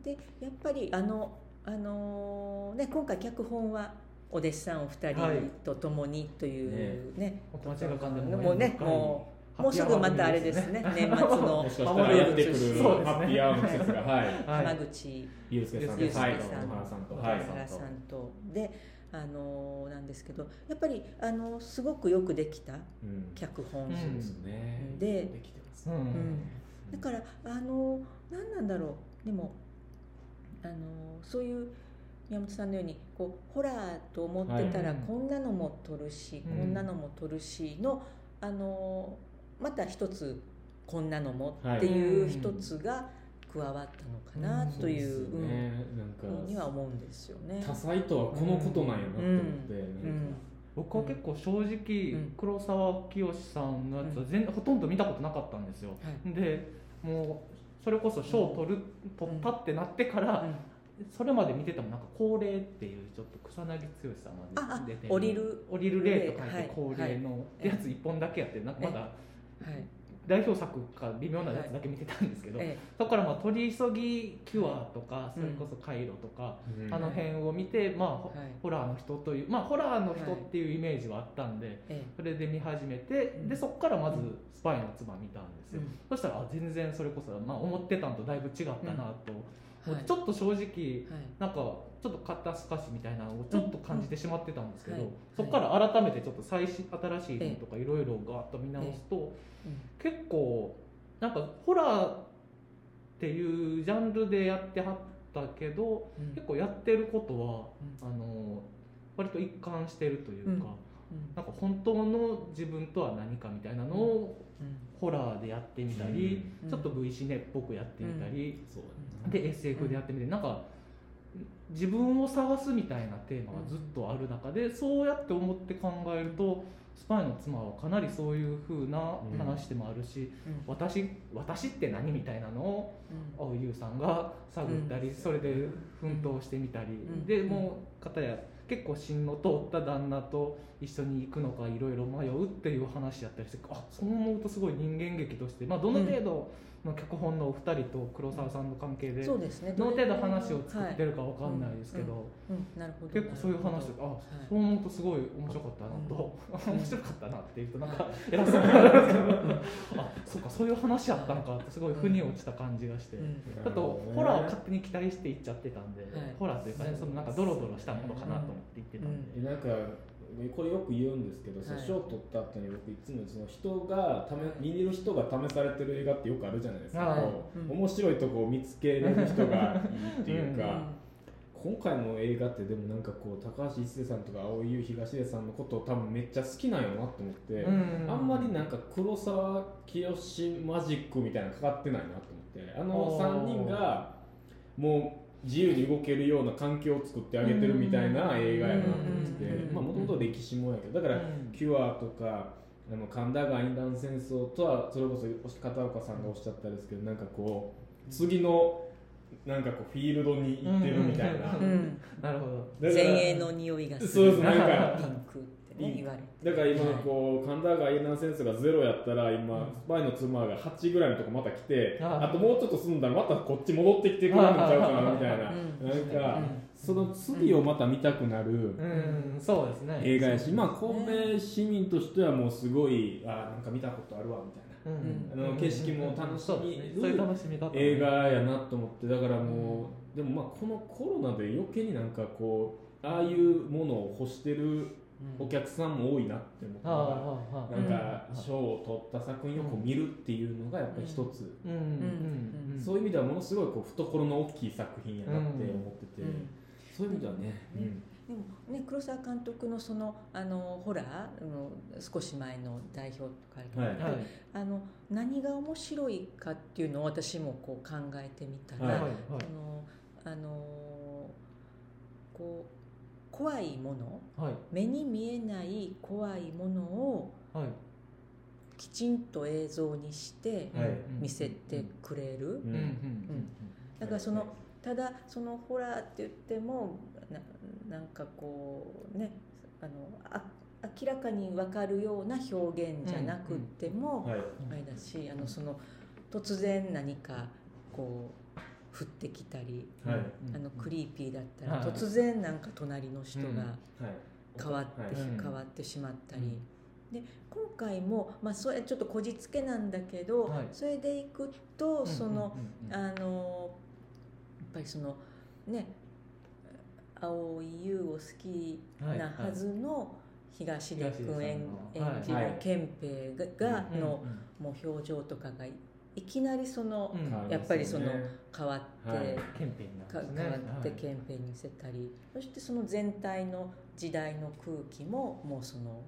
C: でやっぱりあの、あのーね、今回脚本はお弟子さんお二
B: はい
C: 人と共にというね,、
B: お友達が浮かんで
C: もうねもうもうすぐまたあれですね年末の
A: もしかしたらやってくる
B: そうですね
A: ハッピーアワーの季節が、 はい、
B: はい
C: 浜口
A: ゆうすけさんと、はい、小
C: ゆうすけさん
A: 原さんと、
B: 小
A: は
B: 原
A: い
C: 小、原さんとで、あのーなんですけどやっぱり、あのーすごくよくできた
A: うん
C: 脚本、
B: うん
A: そうですね、
C: で
A: できてます
B: う
A: ね、
B: ん
C: だからあの何なんだろうでもあのそういう宮本さんのようにこうホラーと思ってたら、
B: はい
C: こんなのも撮るし、
B: うん
C: こんなのも撮るしのあのまた一つこんなのもってい
B: は
C: う
B: い
C: 一つが加わったのかな
B: うん
C: という
A: そですね、なんか
C: うんふうには思うんですよね。
A: 多彩とはこのことなんやなって思って、
C: うん
B: 僕は結構正直、
C: うん
B: 黒沢清さんのやつは全、ほとんど見たことなかったんですよ
C: は
B: でもうそれこそ賞を取る、取ったってなってから、
C: い
B: それまで見てたもなんか「高齢」っていうちょっと草薙剛さん
C: あ
B: が
C: あ
B: 出て
C: 降りる
B: 降りる霊と書い
C: はい
B: て「高齢」の
C: い
B: やつ一本だけやってなんかまだ
C: うんはい
B: 代表作か微妙なやつだけ見てたんですけど、
C: え
B: だからまあ取り急ぎキュアとか、
C: うん
B: それこそカイロとか、
A: うん
B: あの辺を見てまあ、
C: え
B: ほ
C: はい
B: ホラーの人というまあホラーの人っていうイメージはあったんで、
C: え
B: それで見始めて
C: うん
B: でそこからまず「スパイの妻」見たんです
C: え
B: よ、そしたらあ全然それこそ、まあ、思ってたんとだいぶ違ったなと、
C: うん
B: も
C: は
B: う
C: い
B: ちょっと正直
C: はい
B: なんかちょっと肩透かしみたいなのをちょっと感じてしまってたんですけど、
C: うんはい
B: そこから改めてちょっと最新新しいのとかいろいろガーッと見直すと、結構なんかホラーっていうジャンルでやってはったけど
C: うんうん
B: 結構やってることは、あの割と一貫してるというか、
C: うんうん
B: なんか本当の自分とは何かみたいなのをホラーでやってみたり、
C: うん
B: ちょっと V シネっぽくやってみたり、
A: そう
B: で SF でやってみて、なんか自分を探すみたいなテーマがずっとある中で、そうやって思って考えるとスパイの妻はかなりそういうふうな話でもあるし、私私って何みたいなのを蒼井優さんが探ったり、それで奮闘してみたり、でもう片や結構進路通った旦那と一緒に行くのかいろいろ迷うっていう話やったりしてあそう思うとすごい人間劇として、まあ、どの程度の脚本のお二人と黒沢さんの関係で、
C: そうですね、
B: どの程度話を作ってるか分かんないですけど結構そういう話であ、はそう思うとすごい面白かったなと、 面白かったなっていうと なんか偉そうになるんですけどあそうかそういう話やったのかってすごい腑に落ちた感じがして、あとホラーを勝手に期待していっちゃってたんで、ホラーというか、ね、そのなんかドロドロしたものかなと思って言ってたんで。
A: なんかこれよく言うんですけど、賞を取った後に僕いつもその人が握る人が試されてる映画ってよくあるじゃないですか、面白いとこを見つけれる人がいいっていうか。今回の映画ってでもなんかこう高橋一生さんとか蒼井優東出さんのことを多分めっちゃ好きなんよなと思って、あんまりなんか黒沢清マジックみたいなのかかってないなと思ってあの3人がもう自由に動けるような環境を作ってあげてるみたいな映画やなと思ってもともと歴史もやけどだから「キュア」とか「あの神田川インダン戦争」とはそれこそ片岡さんがおっしゃったですけどなんかこう次のなんかこうフィールドに行ってるみたいな、
B: なるほ
C: ど前衛の匂いがする
A: そうですなんか
C: ピンクってね言われて
A: だから今こう神田川インダン戦争がゼロやったら今スパイの妻が8ぐらいのとこまた来てあともうちょっと住んだらまたこっち戻ってきてくれるんちゃうかなみたいななんかその次をまた見たくなる
B: そうですね
A: 映画やしまあ公明市民としてはもうすごいあなんか見たことあるわみたいなあの景色も楽しみ
B: そういう楽しみ方、
A: 映画やなと思ってだからもう、でもまあこのコロナで余計になんかこうああいうものを欲してるお客さんも多いなって思ったから、なんか賞を取った作品をこう見るっていうのがやっぱり一つ、そういう意味ではものすごいこう懐の大きい作品やなって思ってて、そういう意味ではね、うん
C: でもね、黒澤監督のそのあのホラーの少し前の代表とかあ,、はいはい、あの何が面白いかっていうのを私もこう考えてみたら、はいはい、あのあのこう怖いもの、はい、目に見えない怖いものを、はい、きちんと映像にして見せてくれる。だからその、ただそのホラーって言ってもななんかこうねあのあ明らかに分かるような表現じゃなくても、あれだしあのその突然何かこう降ってきたり、はい、あのクリーピーだったら、突然なんか隣の人が変わって、変わってしまったり。で今回も、まあ、それちょっとこじつけなんだけど、はい、それでいくとそのあのやっぱりそのね蒼井優を好きなはずの東出君演じる憲兵がのもう表情とかがいきなりそのやっぱりその変わって変わって憲兵にせたりそしてその全体の時代の空気ももうその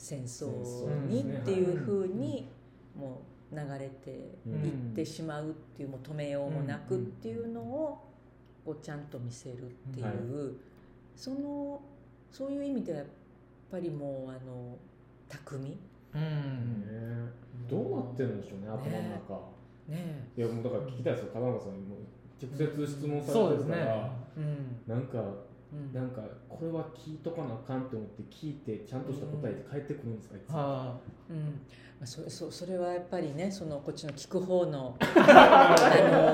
C: 戦争にっていうふうにもう。流れていってしまうっていうもう止めようもなくっていうのをこうちゃんと見せるっていう、そのそういう意味ではやっぱりもうあの匠、
A: うんどうなってるんでしょうね頭の中。ねいやもうだから聞きたいですよ片岡さんにも直接質問されてるから、うん、なんか。なんかこれは聞いとかなあかんと思って聞いてちゃんとした答えで返ってくるんですか、いつも。
C: うん、そそそれはやっぱりねそのこっちの聞く方 のあ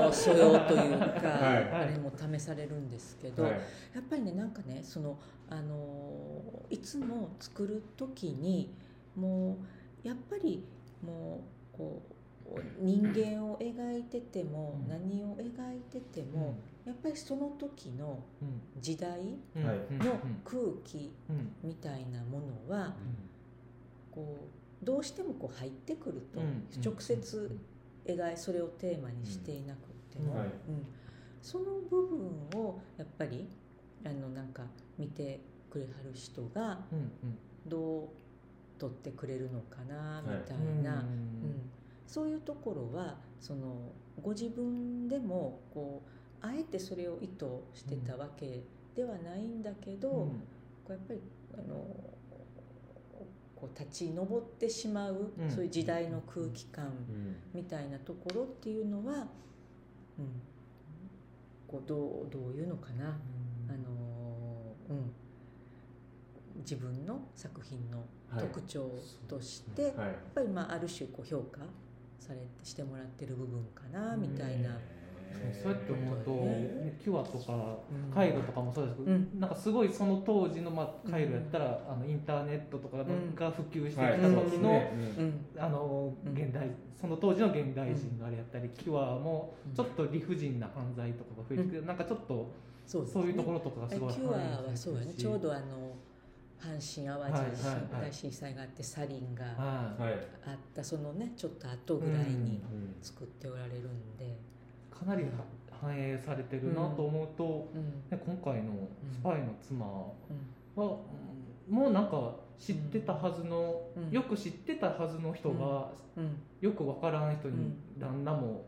C: の素養というか、はい、あれも試されるんですけど、はい、やっぱりねなんかねそのあのいつも作る時にもうやっぱりもうこう人間を描いてても、うん、何を描いてても、うん、やっぱりその時の時代の空気みたいなものは、こう。どうしてもこう入ってくると、直接描いそれをテーマにしていなくても、うんその部分をやっぱりあのなんか見てくれはる人がどう撮ってくれるのかなみたいな、うんそういうところはそのご自分でもこうあえてそれを意図してたわけではないんだけど、こうやっぱりあのここう立ち上ってしまう、
B: うん
C: そういう時代の空気感
A: うん
C: みたいなところっていうのは、うん、こうどうどういうのかな、あのーうん、自分の作品の
A: はい
C: 特徴として、やっ
A: はい
C: ぱりまあある種こう評価されてしてもらってる部分かなみたいな。
B: そうやって思うと、ね、キュアとか
C: うん
B: カイロとかもそうですけど、
C: うん
B: なんかすごいその当時の、まあ、カイロやったら、あのインターネットとか
C: ん
B: が普及してき
A: は
B: た
A: い
B: 時
A: そ
B: の、
A: うですね
C: う
A: うん
C: ん
B: あの
C: うん
B: 現代その当時の現代人のあれやったり、キュアもちょっと理不尽な犯罪とかが増えてきて、なんかちょっと
C: そうです
B: そ
C: ね
B: ういうところとかが
C: キ
B: すごい
C: ュアはそうやねちょうど
B: は
C: あの
B: はいはい
C: 阪神・淡路
B: はい
C: 大震災があってサリン
B: い、
C: が
B: は
A: はい
C: あったそのねちょっと後ぐらいに
A: うん
C: 作っておられるんで、
B: い、かなりは反映されてるなと思うと、
C: うん
B: ね、今回の「スパイの妻」
C: う
B: は、もうなんか知ってたはずの、
C: うん
B: よく知ってたはずの人が、
C: んうん
B: よくわからん人
C: う
B: に旦那も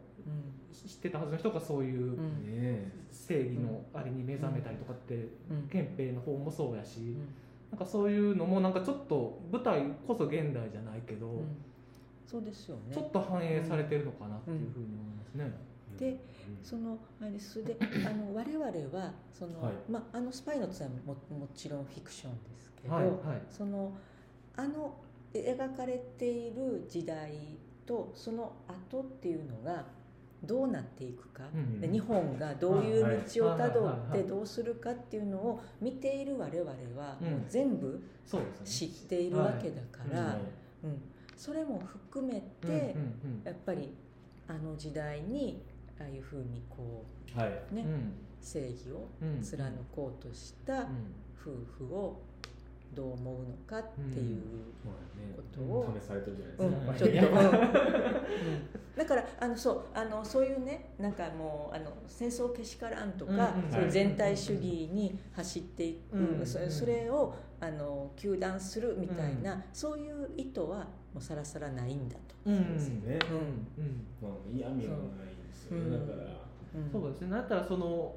B: 知ってたはずの人がそういううん
A: ね
B: 正義のあれに目覚めたりとかって、
C: うん
B: 憲兵の方もそうやし、
C: うん
B: なんかそういうのもなんかちょっと舞台こそ現代じゃないけど、
C: うんそうですよね
B: ちょっと反映されてるのかなっていうふうに思いますね。
A: え
C: で
A: うん
C: そのあれですであの我々はその、
A: はい
C: まああのスパイの妻もももちろんフィクションですけど、
B: はいはい
C: そのあの描かれている時代とその後っていうのがどうなっていくか、
B: うん
C: で日本がどういう道をたどっ
B: はいはいはい
C: て
B: はい
C: どうするかっていうのを見ている我々は
B: うん
C: もう全部
B: そうですね
C: 知っているわけだから、
A: はい
C: うん、それも含め
B: うんうん
C: てやっぱりあの時代にああいうふうにこ
A: はい、
C: うね、
B: うん
C: 正義を
B: うんうん
C: 貫こうとした
B: うん
C: 夫婦をどう思うのかっていう。
A: まあね
C: ことを
A: 試されてるじゃ
C: うん
A: ないです
C: ちょ
A: か、
C: っと、
A: や
C: う
A: っ
C: ん
A: ぱり
C: だからあのそうあのそういうねなんかもうあの戦争けしからんとか、
B: うんうん
C: そういう
A: はい
C: 全体主義に走っていく、
B: うん
C: そ
B: うん
C: それをあの糾弾するみたいな、
B: う
C: そういう意図はもうさらさらないんだと。
B: うん
A: そうですね、
C: うん
B: うん
A: まあ、嫌味はないんですよね、
C: そう
A: だから、
C: うん
B: そうですねだったらその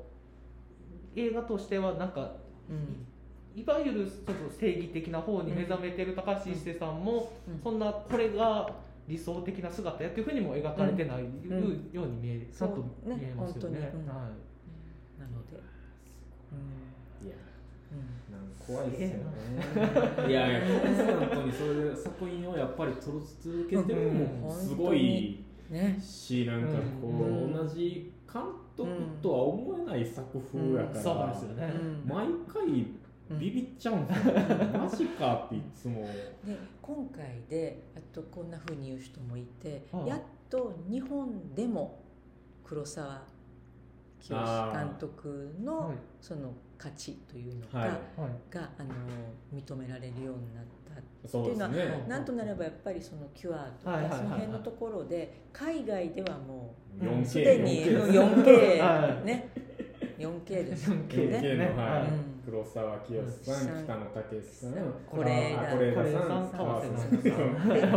B: 映画としてはなんか
C: うん
B: いわゆるちょっと正義的な方に目覚めてる高橋一生さんも、
C: うん
B: そんなこれが理想的な姿やっていうふうにも描かれてない、
C: んうん
B: ように見えるちゃんと
C: そうね
B: 見えますよね。
C: 本当にうん
B: はい
C: なので、
A: いや
C: うん
A: なんか怖いですよね。 いやいや、コンスタントにそれで作品をやっぱり撮り続けてるのもすごい
C: うん、 ね、
A: し、なんかこ
C: うん
A: う、同じ監督とは思えない作風やか
B: そう
A: ら
B: です、よね、
A: 毎
C: うん
A: 回ビビっちゃうんですよね。マジかっていつも。
C: で今回であとこんなふうに言う人もいて、
B: はい
C: やっと日本でも黒沢清
A: あー
C: 監督
B: は
C: の
B: い
C: その価値というのが,、
A: はい
B: はい
C: があの認められるようになった
A: そうです
C: って
B: いうのは
A: ね。
C: なんとなればやっぱりそのキュアとか
B: はいはいはいはい
C: その辺のところで海外ではも
B: うん
C: う
A: 4K
C: すでに
B: は
C: 4K
B: い
C: ね 4K ですよ
B: 4K
C: ね
A: 4K の、
B: は
A: はいい
C: うん
A: 黒沢清さ
C: うん
A: ん、北野武さん、
C: これ
A: あ
C: だ
A: これ
B: こ
A: だ
B: れ
A: さ
B: さ
A: ん
B: ん、川瀬
A: 川瀬
B: さ
A: さ
B: ん
A: ん、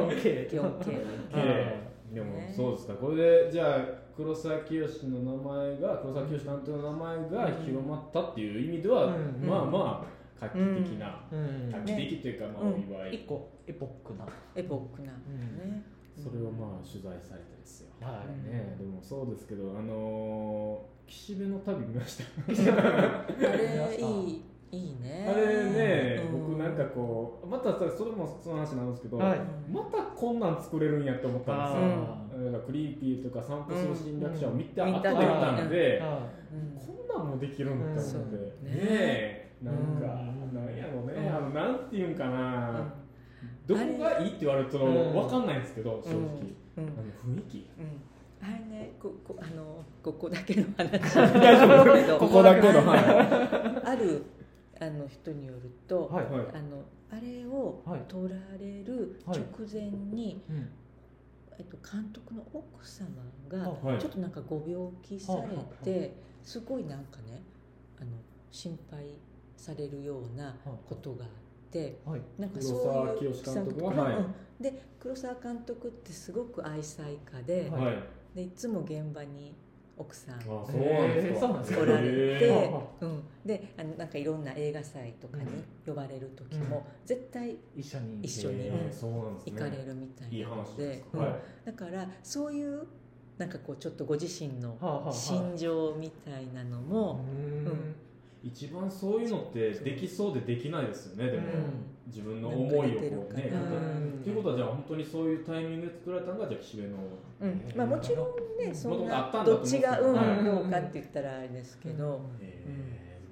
B: 4K
C: 4K
A: 綺麗でも、
C: ね
A: そうですかこれでじゃあ黒沢清の名前が黒沢清監督の名前が
C: うん
A: 広まったっていう意味では、
B: うん
A: まあまあ画期的な、
B: うん
A: 画期的というか、まあ、
C: うん
A: お祝い、
B: 一個エポックな、
C: エポックなね、
A: それをまあ取材されたですよ、
B: は
C: うん
A: ねでもそうですけどあのー、岸辺の旅見ました
C: あれいいいいね
A: あれね、
C: う
A: 僕
C: ん
A: なんかこうまたそれそれもその話なんですけど、
B: はい
C: うん
A: またこんなん作れるんやって思ったんですよ
B: あー
A: だからクリーピーとか散歩する侵略者を見て
C: うんうん
A: 後で見たんで、
B: は
C: うん
A: こんなんもできるんだと
B: そ
A: 思
B: う
A: って、
C: ね
A: ねえなんか、
B: うん
A: なんやろうね、
C: うん
A: あのなんていうんかな、
C: うん
A: どこがいいって言われると
B: うん
A: 分かんないんですけど、正直、
C: うん
A: あの雰囲気
C: うんあれねここあのここだけの話大丈 夫だけど
A: ここだけのはい
C: あるあの人によると、
B: いはい、
A: はい
C: あのあれを
B: はい
C: 撮られる直前に、
B: うん
C: えっと、監督の奥様が
B: あ
A: はい
C: ちょっとなんかご病気され
B: は
C: てすごいなんかねあの心配されるようなことがあって
B: はい
C: なんか
A: 黒
C: そう
A: 沢
C: いう
A: 清監督は
C: 黒沢
A: はい、
C: うんで黒沢監督ってすごく愛妻家で,、
B: はい
A: はい
C: でいつも現場に奥さん
A: あそうなんですか、
B: えー
C: おられて、
A: え
C: うん、であのなんかいろんな映画祭とかに呼ばれる時も、
B: うん
C: 絶対
B: 一緒に
C: 一緒に
A: えーそうなんです
C: 行
A: ね
C: かれるみたい
A: いい
C: なの
A: 話
C: で
A: です
C: うん
A: はい
C: だからそういうなんかこうちょっとご自身の
B: はあはあはあ
C: 心情みたいなの
B: う
C: も、
B: ん
A: 一番そういうのってできそうでできないですよねでも、
B: うん
A: 自分の思いをこうね
C: なんか出てる
A: 語
C: かな
A: る
B: うん
A: っていうことはじゃあ本当にそういうタイミングで作られたのがじゃあ岸辺の
C: うんまあ、もちろんねそんな
A: 元々あったんだと
C: ど
A: 思うん
C: っ
A: です
C: ち
A: けど
C: がうん
B: はい
C: どうかって言ったらあれですけど、
A: え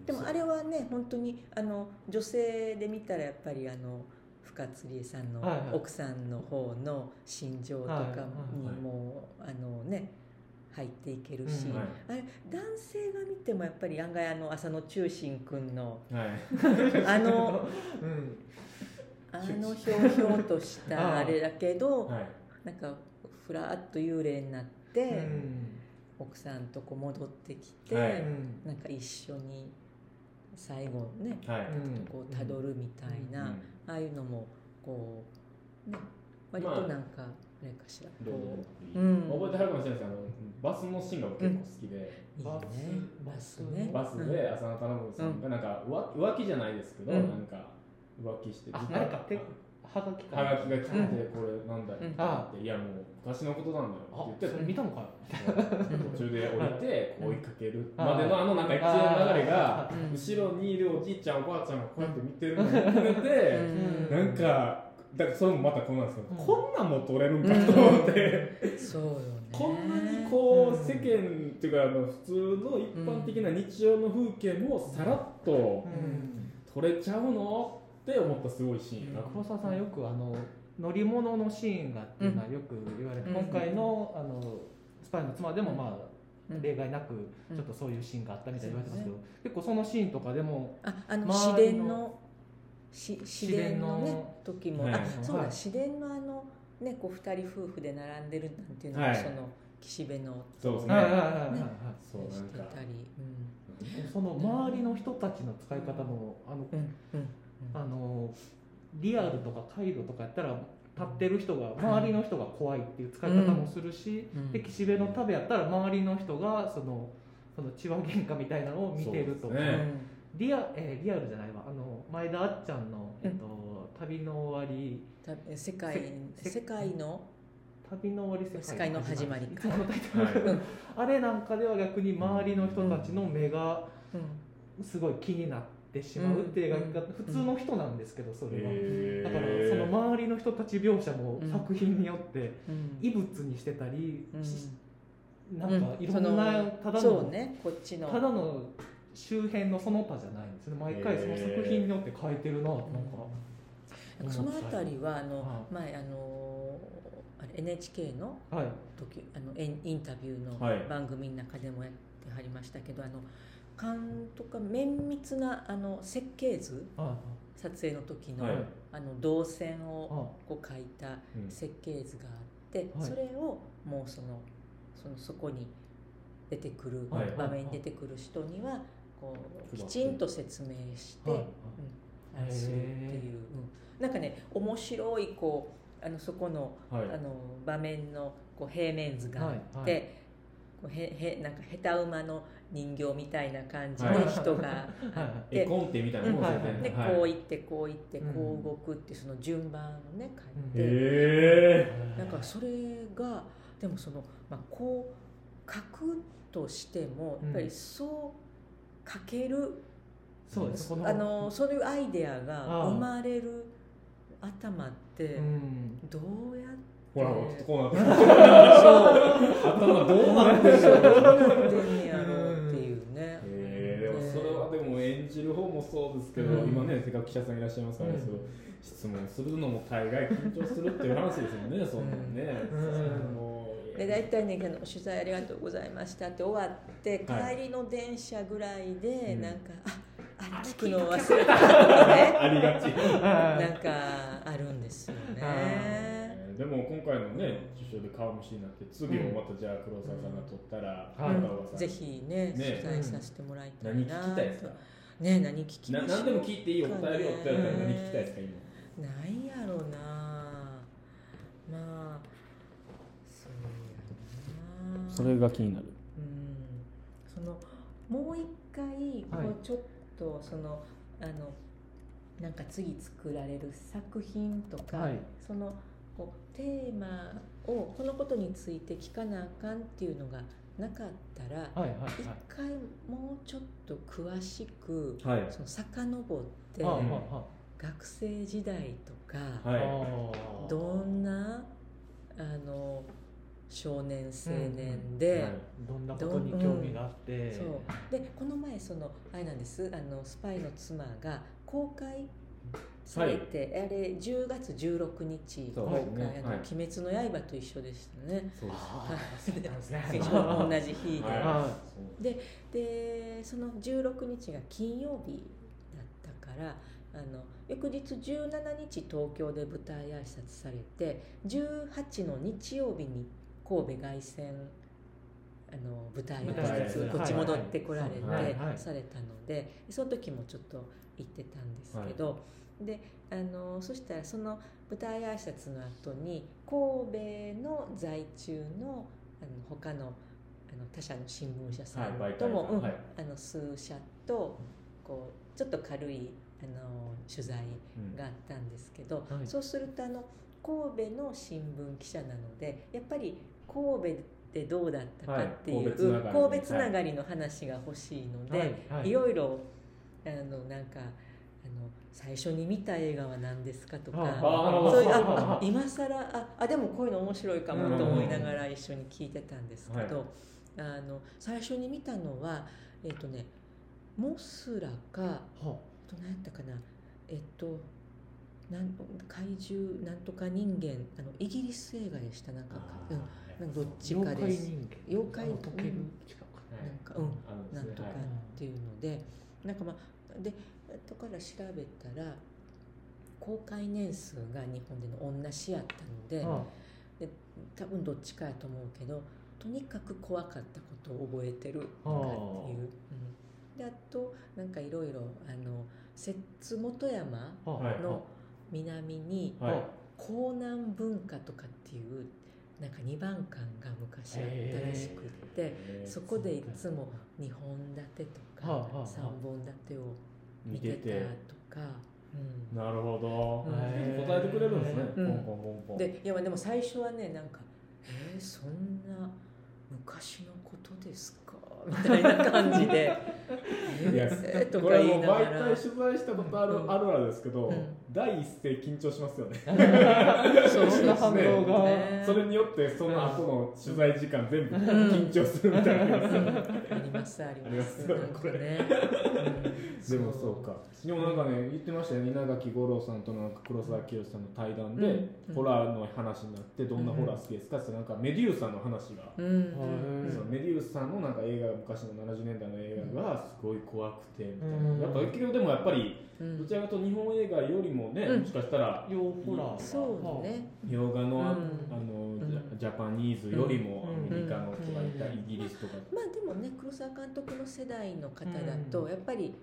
A: ー
C: でもあれはね本当にあの女性で見たらやっぱりあの深津理恵さんの
B: はいはい
C: 奥さんの方の心情とかに
A: はいはい
C: もあのね入っていけるし
B: う、ん
A: はい
C: あれ男性が見てもやっぱり案外あの浅野忠信君の
A: はい、
C: あの
B: うん
C: あのひょうひょうとし
B: あ
C: た
B: あ
C: あれだけど、
A: はい、
C: なんかふらっと幽霊になって、
B: うん
C: 奥さんとこう戻ってきて、
A: は
B: う
A: い
B: ん
C: なんか一緒に最後ね
A: はい、
B: うん
C: こうたどるみたいな、
A: うん
C: ああいうのもこう、ね、割と
A: まあ
C: なんか、あれかしら
A: どうぞ
C: こうん
A: 覚えてはるかもしれないですけどあのバスのシーンが僕結構好きで、
C: ういいね
B: バ
C: バ
B: ス
C: スね
A: バスで浅野忠信さんがなんか浮浮気じゃないですけど、
C: うん
A: なんか浮気して
B: あ
A: ずっと
B: なんかてはがきか
A: はがきが来て
B: うん
A: これなんだよ
C: うん
A: っていやもう昔のことなんだ
B: あ
A: よって言っ
B: それ
A: て
B: 見たのかよ
A: 途中で降りてこう追いかける
B: うん
A: までのあのなんか一連の流れが
C: あー
A: 後ろにいるおじいちゃんおばあちゃんがこうやって見てるのを含めて
B: うん
A: なんかだからそれもまたこうなんですけど
B: うん
A: こんなんも撮れるんかと思って
C: そうよね
A: こんなにこう
B: うん
A: 世間っていうかあの普通の一般的な日常の風景もさらっと
B: うん
A: 撮れちゃうのって思ったすごいシーンやな。
B: 黒沢さんよくあの乗り物のシーンがっていうのはよく言われて、
C: うん
B: 今回のあのスパイの妻でもまあ、
C: うん
B: 例外なく
C: うん
B: ちょっとそういうシーンがあったみたいに言われてますけど、結構そのシーンとかでも
C: ああの市
B: 周りの
C: 電のし市電の
B: 市
C: ね
B: 電の
C: 時も、
A: はい
C: あそう
B: は
C: だ
B: い
C: 市電のあのねこう二人夫婦で並んでるなんていうのも、
A: はい
C: その岸辺の
A: そうです
B: はいはいは
A: ね。
B: いはい
C: ね
B: は
A: そうな
C: し
A: ん
C: て
A: か
C: たり
B: いその周りの人たちの使い方のあの
C: うんうんうん
B: あのリアルとか回路とかやったら立ってる人が周りの人が怖いっていう使い方もするし、
C: うん
B: で岸辺の旅やったら周りの人がそのその血は喧嘩みたいなのを見てると
A: そう
B: か、
A: ですね
B: リアえーリアルじゃないわあの前田あっちゃんの、えっと旅の終わり
C: た世界
B: せ
C: 世界の
B: 旅の終わり世界の
C: 世界の始まり
B: いつ ものタイトルだけど
A: は
B: あれなんかでは逆に周りの人たちの目が
C: うん
B: すごい気になってしまうっていう描き方、
C: うん
B: 普通の人なんですけどそれは、
A: へー
B: だからその周りの人たち描写も
C: うん
B: 作品によって
C: うん
B: 異物にしてたり、
C: うん
B: しなんかいろ
C: そ
B: ん
C: の
B: なただ
C: そ
B: の
C: うねこっちの
B: ただの周辺のその他じゃないんですね毎回その作品によって変えてるななんか、
C: なんかそのあたりはあの、
B: は
C: 前あのあれ NHK の
B: はい
C: 時あのエンインタビュー
A: はい
C: の番組の中でもやってはりましたけど、あの監督が綿密なあの設計図
B: あ
C: 撮影の時の,、
A: はい
C: あの動線
B: あ
C: を
B: あ
C: こう書いた
A: うん
C: 設計図があって、
B: はい
C: それをもうそのそのそこに出てくる、
A: はい
C: 場面に出てくる人にはこう
A: 配って
C: きちんと説明して、
B: はい
C: あれするっていう、うんなんかね面白いこうあのそこの,、
A: はい
C: あの場面のこう平面図があって、
B: はいはい
C: こうへへなんか下手馬の人形みたいな感じで
A: はい
C: 人があっ
A: 絵
C: て。
A: コンテみたいなもんですよ
B: うん
A: ね。
C: で
A: はい
C: こう行ってこう行って
B: うん
C: こう動くっていうその順番をね書いて、
A: へ
C: なんかそれがでもその、まあ、こう書くとしてもやっぱ
B: うん
C: りそう書ける、
B: そうですこ
C: あのそういうアイデアが
B: ああ
C: 生まれる頭って
B: うん
C: どうやっ
A: ーほらほらちょっとこうなってる。頭どうなってるん
C: て
A: だ
C: ど
A: ろ
C: う
A: う。
C: なってんねやろうっていうね。
A: へーでもそれはでも演じる方もそうですけど、
B: うん
A: 今ねせっかく記者さんいらっしゃいますから、ね
B: うん
A: そう質問するのも大概緊張するっていう話ですもんねそんなんね。
B: うん
A: もう
C: で大体ねあの取材ありがとうございましたって終わって
A: はい
C: 帰りの電車ぐらいで
A: うん
C: なんか、ああれ聞くの忘れたとかね
A: ありがち。
C: なんかあるんですよね。
A: えーでも今回のね受賞で顔もしになって次もまたじゃあ黒沢さんが撮ったら、
B: うん
A: 片岡さん
C: ぜひね
A: ね
C: 取材させてもらいたい
A: 何
C: な。
A: 聞きたいですか。
C: ね何聞きま
A: な
C: しょう
A: 何でも聞いていいよ答えるよって言われたら何聞きたいですか今。
C: なんやろな。まあそうやな。
A: が気になる。
C: うんのもう一回
B: はい
C: こうちょっとその、あのなんか次作られる作品とか、
B: はい
C: そのこうテーマをこのことについて聞かなあかんっていうのがなかったら、
B: はいはい
C: 一回もうちょっと詳しく
A: はいはい
C: その遡って
B: はい
A: ん
C: 学生時代とか、
B: あ
A: はい
B: ー
C: どんなあの少年青年
A: は
C: で。
A: い
B: どんなことに興味があって
C: そうでこの前そのあれなんですあのスパイの妻が公開されて、あれ10月16日
A: そう
B: です
C: 公開、
A: ね
C: あの
A: はい
C: 鬼滅の刃」と一緒でしたね。
A: そうです
B: あーそうなんです ね
C: 同じ日で、
A: は
B: はい
C: でその16日が金曜日だったからあの翌日17日東京で舞台挨拶されて18の日曜日に神戸凱旋あの舞台
A: 舞台
C: 挨
A: 挨拶
C: 拶こっち戻ってこられて
A: はいはい
B: はい
C: されたのでその時もちょっと行ってたんですけど、であのそしたらその舞台挨拶の後に神戸の在中のあの他のあの他社の新聞社さん
A: はい
C: とも、
A: 媒体さん
C: うん
A: はい
C: あの数社とこうちょっと軽いあの取材
A: うん
C: があったんですけど、
B: はい
C: そうするとあの神戸の新聞記者なのでやっぱり神戸でどうだったかってい
A: は
C: う、
A: い神戸つながり
C: 神戸つながりの話が欲しいので、
B: はい
C: い
B: はい
C: ろいろあのなんかあの最初に見た映画は何ですかとか
B: あ
A: あ
C: そういうあ
B: あ
C: あ今更ああでもこういうの面白いかもと思いながら一緒に聞いてたんですけど、あの最初に見たのはえっ、とねモスラか
B: は
C: あと何やったかなえっとなん怪獣なんとか人間あのイギリス映画でしたなんか、うん、なんかどっちか
B: 妖怪
C: です
B: 人間
C: 妖怪
B: あの溶ける
C: う
B: 違
C: ん
B: うか
C: なんかうん
A: うん
C: なんとかっていうのでなんかまあで後から調べたら公開年数が日本での同じやったので
B: な
C: 多分どっちかやと思うけどとにかく怖かったことを覚えてるとかっていう。うん、であとなんかいろいろあの摂津本山
B: あ
A: はい
C: の南に
A: はいはい
C: 江南文化とかっていうなんか2番館が昔あったらしくって。
A: えー
C: そこでいつも2本立てと
B: はあ
C: か
B: はあはあ
C: 3本立てを見
A: 見
C: て
A: て
C: た
A: て
C: とか、うん
A: なるほど、
B: うん
A: 答えてくれるんですね、
C: うん
A: ポンポンポンポン
C: でいやでも最初はねなんか「えー、そんな昔のことですか?」みたいな感じで「
A: いや
C: えー、と
A: こ
C: か
A: れは
C: 言
A: も
C: いうながら
A: 毎回取材したことある,、
C: うん
A: あるあるですけど、
C: うん
A: 第一声緊張しますよね、
C: そう
B: そんな反応が、
C: ね
A: それによってその後の取材時間全部緊張するみたいな、
C: ありますありま
A: あり
C: す
A: ますよ
C: なんかね、
A: でもそうかでもなんかね言ってましたよ稲垣吾郎さんとなんか黒沢清さんの対談で、
C: うん
A: ホラーの話になってどんなホラー好きですかってなんかメデューサの話が、
C: うんうん
A: そのメデューサのなんか映画昔の70年代の映画がすごい怖くてみたいな、
B: うん
A: やっぱ結局でもやっぱり
C: うん
A: どちらかというと日本映画よりもね、
C: うん
A: もしかしたら
B: 洋ホラーは
C: そうね
A: 洋画の,、
C: うん
A: あのジャジャパニーズよりも
B: うん
A: アメリカのとか、
B: うん
A: イギリスとか、
C: まあでもね黒沢監督の世代の方だ
B: う
C: と
B: ん
C: やっぱり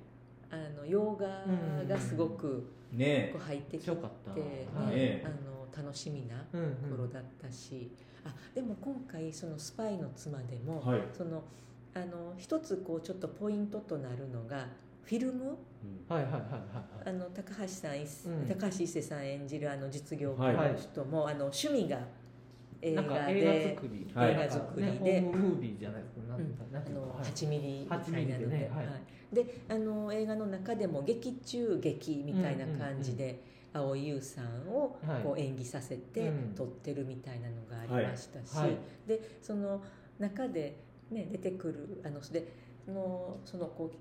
C: あの洋画がすごく
A: ね
C: こう入ってきて、
B: 強かった
A: はい
B: ね
A: ね
C: あの楽しみな
B: うんうん
C: 頃だったし、あでも今回その「スパイの妻」でも、
A: はい、
C: そのあの一つこうちょっとポイントとなるのがフィル
A: う
C: ム
A: ん
B: はいはいはい
C: あの高橋さん、一
B: うん
C: 高橋一生さん演じるあの実業
A: は
C: 家
A: い
C: の人も、あの趣味が映
B: は
C: 画
B: い
C: で
B: なんか映画作り、
A: はい
C: 映画作りで
B: なんかねホームムービーじゃないですかなん
C: うん
B: かなんて
C: あ
B: いう
C: の
B: かはい
C: 8ミリみたいな
B: 8ミ
C: の
B: リ
C: で
B: でねはい
C: いであの映画の中でも劇中劇みたいな感じで蒼井優さんを
B: はい
C: こう演技させて
B: うん
C: 撮ってるみたいなのがありましたし、
B: はいはい
C: でその中で、ね、出てくるあのでそのそのこう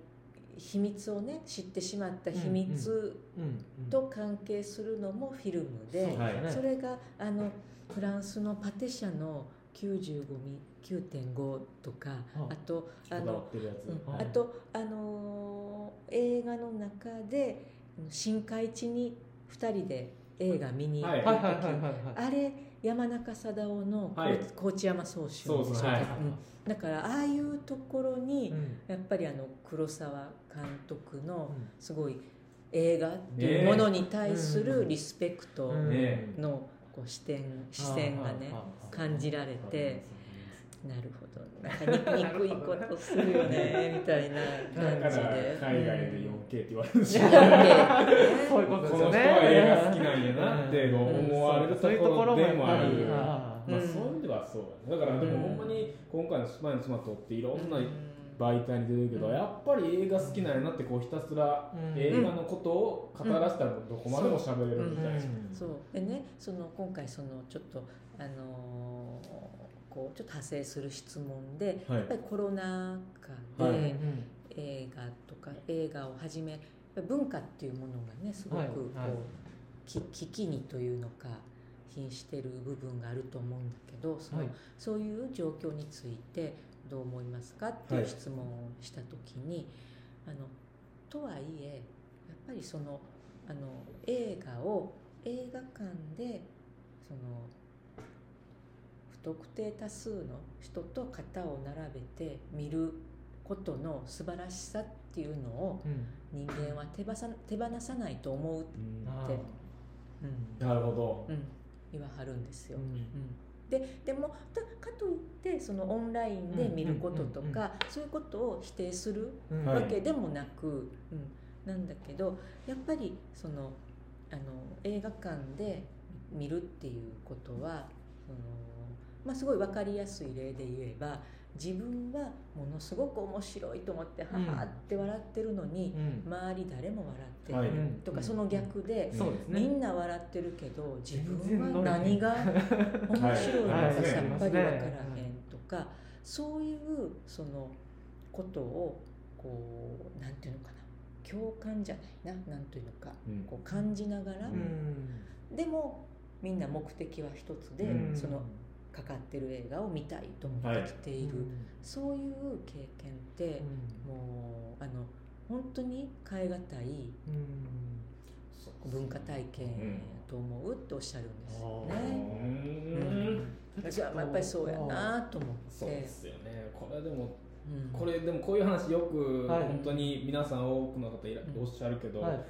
C: 秘密をね知ってしまった秘密
B: うんうん
C: と関係するのもフィルム
B: そ
C: で。
B: うですね
C: それがあのフランスのパテ社の95ミ9.5とか、
B: うん
C: あとあ
A: こだわ
C: の、
A: ってるやつ、
C: うん
B: はい
C: あとあのー映画の中であの深海地に2人で映画見に行った時、
A: はい
B: はいはいはいはい
C: あれ山中貞夫の高,、
A: はい
C: 高知山総集
A: そうですねはい
C: うんだからああいうところに、
B: うん
C: やっぱりあの黒沢監督の
B: うん
C: すごい映画っていうものに対するリスペクト、
A: ね
C: のこう視点視線がね
B: あーあーあー
C: 感じられてなるほどなんか憎いことするよ ねみたいな感じで
A: 海外で 4K って言われる し、
C: うん、
B: そういうこ
A: ことの人
B: ですよ
A: は
B: ね
A: 映画好きなんやなって思われると
B: そういうと
A: ころ
B: ころも
A: で
B: やっ
A: も
B: ぱ
A: ある
B: り、あ
C: うん
A: まあ、そういう意味ではそうだねだからでも
C: う
A: ほ
C: ん
A: んまに今回の「前の妻と」っていろんな
C: うん
A: 媒体に出るけど、
C: うん
A: やっぱり映画好きなんやなってこうひたすら
B: うん
A: 映画のことを語らせたらどこまでも喋れるみたいな、
B: ー
C: そうでねその今回そのちょっとあのーこうちょっと派生する質問で
A: はい
C: やっぱりコロナ禍で、
A: はい
C: 映画とか映画をはじめやっぱり文化っていうものがねすごく
B: はい
C: こう、
B: はい
C: き危機にというのか瀕してる部分があると思うんだけどその、
B: はい
C: そういう状況についてどう思いますかっていう質問をした時に、あのとはいえやっぱりそのあの映画を映画館でその不特定多数の人と肩を並べて見ることの素晴らしさっていうのを
B: うん
C: 人間は手ばさ手放さないと思う、
B: あ
C: うん
A: なるほど
C: うん、言わはるんです
B: ー
C: よ
B: う。ん
C: うんででもたかといってそのオンラインで見ることと
B: うんうんうん
C: かそういうことを否定する
B: うん
A: はい
C: わけでもなく、うん、なんだけどやっぱりそのあの映画館で見るっていうことはその、まあ、すごい分かりやすい例で言えば自分はものすごく面白いと思って、
B: うん
C: ははって笑ってるのに
B: うん
C: 周り誰も
A: は
C: 笑って
A: い
C: るとか、その逆で。
B: そうですね
C: みんな笑ってるけど自
B: 全
C: 分
B: 然乗
C: は
B: れへん
C: 何が面白いの
A: はい
C: かさっぱり分からへ
B: はい
C: んとかそういうそのことをこうなんていうのかな共感じゃないななんていうのか
A: うん
C: こう感じながら、
B: うん
C: でもみんな目的は一つで、
A: うん
C: そのかかってる映画を見たいと思ってきている、そういう経験って
B: う、ん
C: もうあの本当に変え難い
B: うん
C: 文化体験やと思うっておっしゃるんですよ
A: う
C: ね。
A: ん
C: 私はやっぱりそうやなと思って。
A: そうですよねこれでも
C: うん
A: これでもこういう話よく
B: はい
A: 本当に皆さん多くの方いら
C: うん
A: おっしゃるけど、
B: はい
A: やっ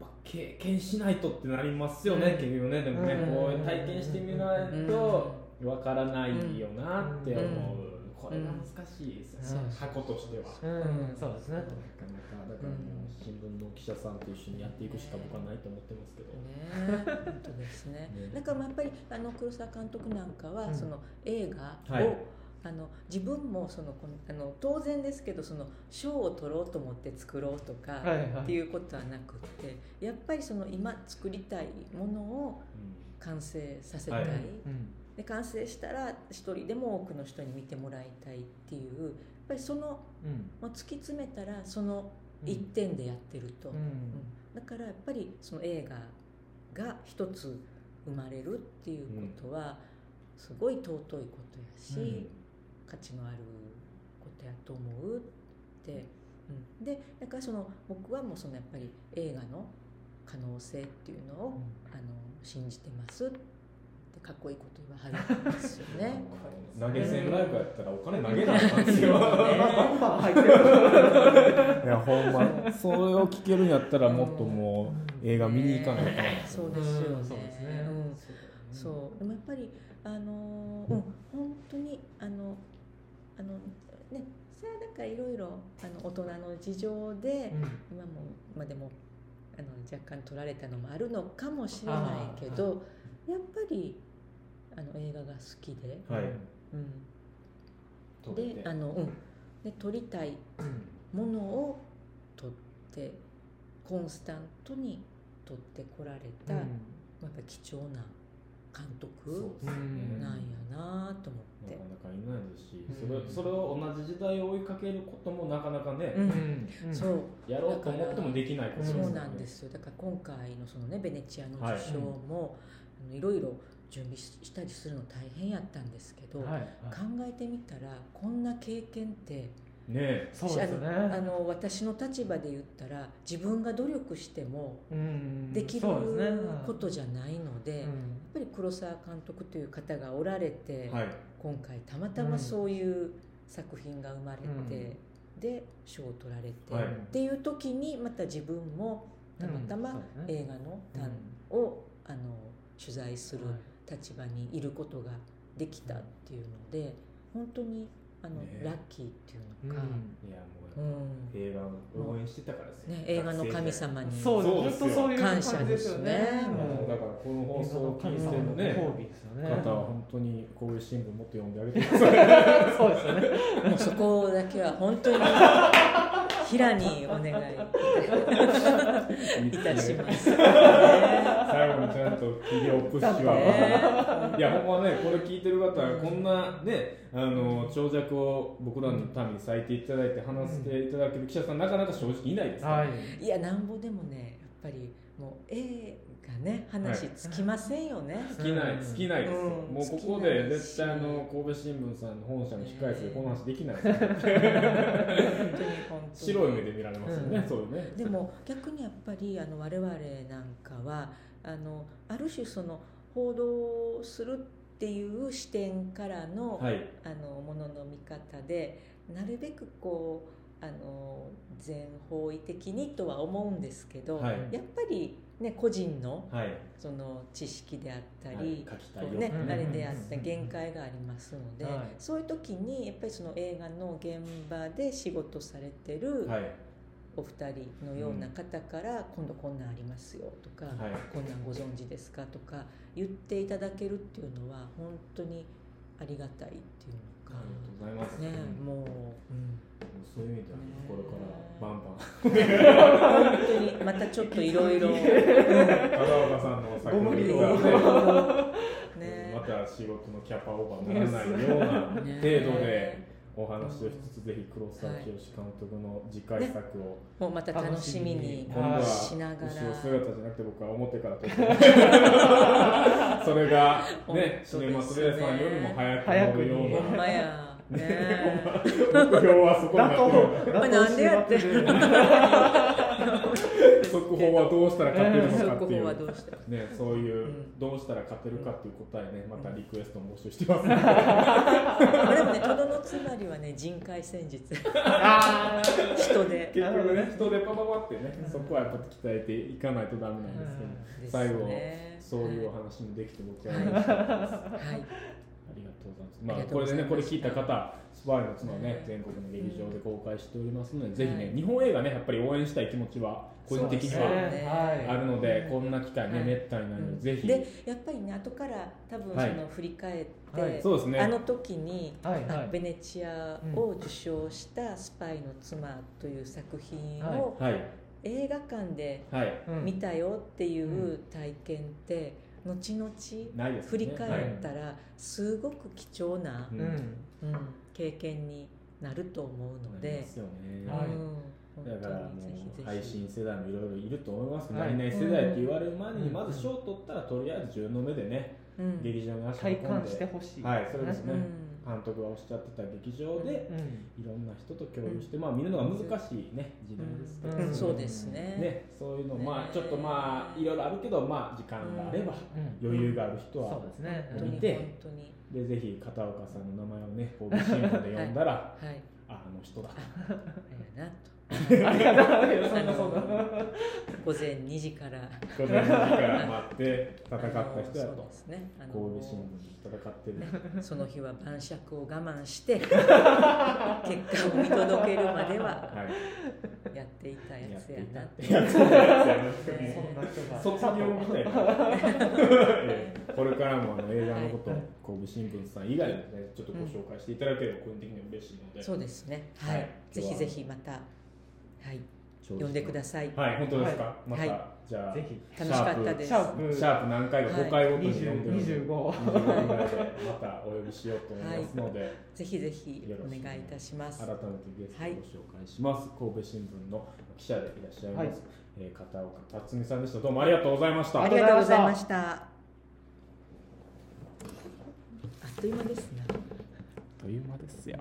A: ぱ経験しないとってなりますよね、
B: うん
A: 結局ねでもね、
B: うん
A: こういう体験してみないとわからないよなって思う、これが難しいですよね、
B: うん
A: 箱としては。
B: うんそうですね
A: なかなかだからもう新聞の記者さんと一緒にやっていくしか僕はないと思ってますけど、
C: ね、本当で すね
A: ね。
C: だからやっぱりあの黒沢監督なんかは、
B: うん
C: その映画を、
A: はい
C: あの自分もそのこのあの当然ですけどその賞を取ろうと思って作ろうとか、
B: はいはい
C: っていうことはなくってやっぱりその今作りたいものを完成させたい、
A: はい
B: うん
C: で完成したら一人でも多くの人に見てもらいたいっていうやっぱりその
B: うん
C: もう突き詰めたらその
B: うん
C: 一点でやってると。
B: うん
C: だからやっぱりその映画が一つ生まれるっていうことはすごい尊いことやし、
A: うん
C: 価値のあることやと思うって、うん、でだからその僕はもうそのやっぱり映画の可能性っていうのを、あの信じてますってかっこいいこと言わはるんですよね。
A: 投げ銭ライブやったらお金投げなかったんですよ。
B: バンバン入ってる
A: いやほんまそれを聞けるんやったらもっともう映画見に行かないと
C: そうですよね。
B: うんそうですね
C: うんそうでもやっぱりあのーうん本当にあのあのねそれはなんかいろいろあの大人の事情で、今もまあでもあの若干取られたのもあるのかもしれないけど、やっぱりあの映画が好きで、
A: はい
C: うん、
A: 撮って
C: であのうんで撮りたいものを撮ってコンスタントに撮ってこられた、まあやっぱ貴重な監
A: そ
C: 督。
A: うですね
B: うん
C: なんやなと思っ
A: な
C: て
A: か、なかいないですし、
B: うん
A: それそれを同じ時代を追いかけることもなかなかね、
C: うん
B: そ
C: そうう
A: やろうと思ってもできないこと
B: ん
A: よ
C: そ
A: ね
C: うなんですよだから今回のそのねベネチアの受賞も、あのいろいろ準備ししたりするの大変やったんですけど、
B: はい
C: 考えてみたらこんな経験って
A: ねえ
B: そうですよね
C: あの私の立場で言ったら自分が努力しても
B: うん
C: できる
B: そうですね
C: ことじゃないので
B: う
C: やっ
B: ん
C: ぱり黒沢監督という方がおられて、
A: はい
C: 今回たまたまそういう作品が生まれて、で賞を取られて、
A: はい
C: っていう時にまた自分もたまた
B: うん
C: ま
B: そうですね
C: 映画の
B: うん
C: 単を、あの取材する
B: はい
C: 立場にいることができたっていうので本当にあの、
A: ね
C: ラッキーっていうのか、
A: いやもう
C: う、ん
A: 映画を応援してたからですよ
C: ね、映画の神様に
B: そうです
A: そうですよ
B: 本当そういう感
C: 感
B: じ
C: 謝
B: で
C: です
B: よ
C: す
B: ね
C: ね。
A: もうだか
B: も
A: らこの
B: う
A: 放送を聞いてる
B: の
A: ね
B: 褒美ですよね。
A: 方は本当にこういう新聞もっと読んであげてください
B: そうですよね。
C: もうそこだけは 本当に平にお願 いいた します。ね
A: 最後にちゃんと企業プッシュは
C: ね
A: いやほんまねこれ聞いてる方はこんなねあの長尺を僕らのために割いていただいて話していただける記者さんなかなか正直いないですから
B: はい。
C: いやなんぼでもねやっぱりもう絵がね話つきませんよね。
A: 尽きない尽きないですよ、
C: うん
A: もうここで絶対あの神戸新聞さんの本社の控え室でこの話できないですよ、
C: 本当に本当に
A: 白い目で見られますよね、
B: うん
A: そうよね
C: でも逆にやっぱりあの我々なんかはあのある種その報道するっていう視点からの、
A: はい
C: あのものの見方でなるべくこうあの全方位的にとは思うんですけど、
A: はい
C: やっぱり、ね、個人の
A: はい、
C: その知識であった
A: はい、
C: り、
A: 書きた
C: こ
A: いよ
C: うね
B: うん
C: あれであった
B: うん
C: 限界がありますので、
B: はい
C: そういう時にやっぱりその映画の現場で仕事されてる
A: はい
C: お二人のような方から、今度こんなんありますよとか、
A: はい
C: こんなんご存知ですかとか言っていただけるっていうのは本当にありがたいっていう
A: あ
C: のか。
A: りがとうございます、
C: ね
A: うん
C: もう、
A: そういう意味ではね
C: ね
A: これからバンバン
C: 本当にまたちょっといろいろ
A: 片岡さんの作品
B: ご無理
A: がね
C: ね
A: また仕事のキャパオーバーにならないような程度でお話をしつつぜひ黒沢清監督の次回作を
C: もうまた楽しみに
A: 今度は
C: しながら
A: 後ろ姿じゃなくて僕は表から 撮ってるそれがねシネマスレーさんよりも早く乗るよ
B: ほ
C: ほん
A: う
C: まやね
A: な目標はそこにな
B: だ
A: っ
B: と
A: てる
B: だと
C: なんでやって
B: る。
A: 速報はどうしたら勝てるのかって
C: 速
A: い
C: 報は
A: う
C: どうした
A: ねそういううんどうしたら勝てるかっていう答えねまたリクエストも募集してます ので
C: これもねとどのつまりはね人海戦術
B: あー
C: 人で
A: 結局ね人でパパパってねそこはやっぱ鍛えていかないとダメなんですけど
C: ですね
A: 最後そういうお話もできて僕は嬉しかったです
C: はい
A: ありがとうございます。まあ
C: ありがと
A: こ
C: う
A: れ
C: ござ
A: で
C: い
A: ね
C: まし
A: こ
C: た
A: れ聞いた方、スパイの妻を
C: は
A: ね
C: い
A: 全国の劇場で公開しておりますので、ぜひね
C: はい
A: 日本映画ねやっぱり応援したい気持ちは個人的に
B: そう
A: は
B: ですね
A: あるのでこんな機会ね
C: はい
A: めったにないの
C: うん
A: でぜひ
C: でやっぱりね後から多分
A: は
C: そ
A: い
C: の振り返っ
B: はい
C: て
A: そうですね
C: あの時に
B: はいは
C: あ
B: い
C: ベネチアを受賞した「スパイの妻」という作品を
A: はい
C: 映画館で
A: はい
B: うん
C: 見たよっていうう体験って後々
A: ないですね。
C: 振り
A: は
C: 返
A: い
C: ったらすごく貴重な
A: う、ん
B: うん
C: うん経験になると思うの
A: なり
C: で
A: ま、すよね。
B: はい
C: うん
A: だからも
C: 本当に
A: う配信世代もいろいろいると思いますけど、
B: は
A: 何
B: い
A: 々世代って言われる前に
B: うん
A: まず賞取ったらとりあえず10の目でね、
C: うん
A: 劇場に足を運
B: 体
A: んで
B: 感してほしい。
A: はいそれです
C: う
A: ね、
C: ん
A: 監督がおっしゃってた劇場で、
B: うん。
A: いろんな人と共有して、まあ見るのが難しいね時代ですけど、
B: うんそう
C: ですね
A: ねそういうの、
C: ね
A: まあちょっとまあいろいろあるけどまあ時間があれば
B: うん
A: 余裕がある人は、
B: そうですね。
C: 本当に
A: 見て
C: 本当に
A: でぜひ片岡さんの名前をね神戸新聞で呼んだら、
C: はい
A: ああの人だ
C: あれやなと
B: ありがとうございます。そんなそん な。
C: 午前2時から
A: 午前2時から待って戦った人や
C: あのそう
A: と
C: ですねあの
A: 神戸新聞で戦ってる
C: その日は晩酌を我慢して 結果を見届けるまでは
A: はい
C: やっていた
A: や
C: や
A: っ
C: つ
A: て
C: や
A: いたっ
C: なって
A: てやつや
B: そんな人が。
A: 卒業みたいな ええこれからもあの映画のことを神戸新聞さん以外で、ね、ちょっとご紹介していただければ個人的には嬉しいので、
C: そうですねはい、
A: はい
C: ぜひぜひまたはい呼んでください、
A: はい本当ですか、
B: は
A: また、
C: はい
A: じゃあ
B: ぜひ。
C: 楽しかったです
B: シャープ
A: シャープ何回か
C: はい
A: 5回ごとに呼んで
B: 二十
A: 25
B: 五。
A: ぐらいでまたお呼びしようと思いますので、
C: ぜひぜひ
A: よろ
C: お
A: しく
C: 願いいたします
A: 改めてゲストをご紹介します、神戸新聞の記者でいらっしゃいます、
B: はい
A: えー片岡辰巳さんでしたどうもありがとうございました
C: ありがとうございましたあっという間ですね
A: という間ですよ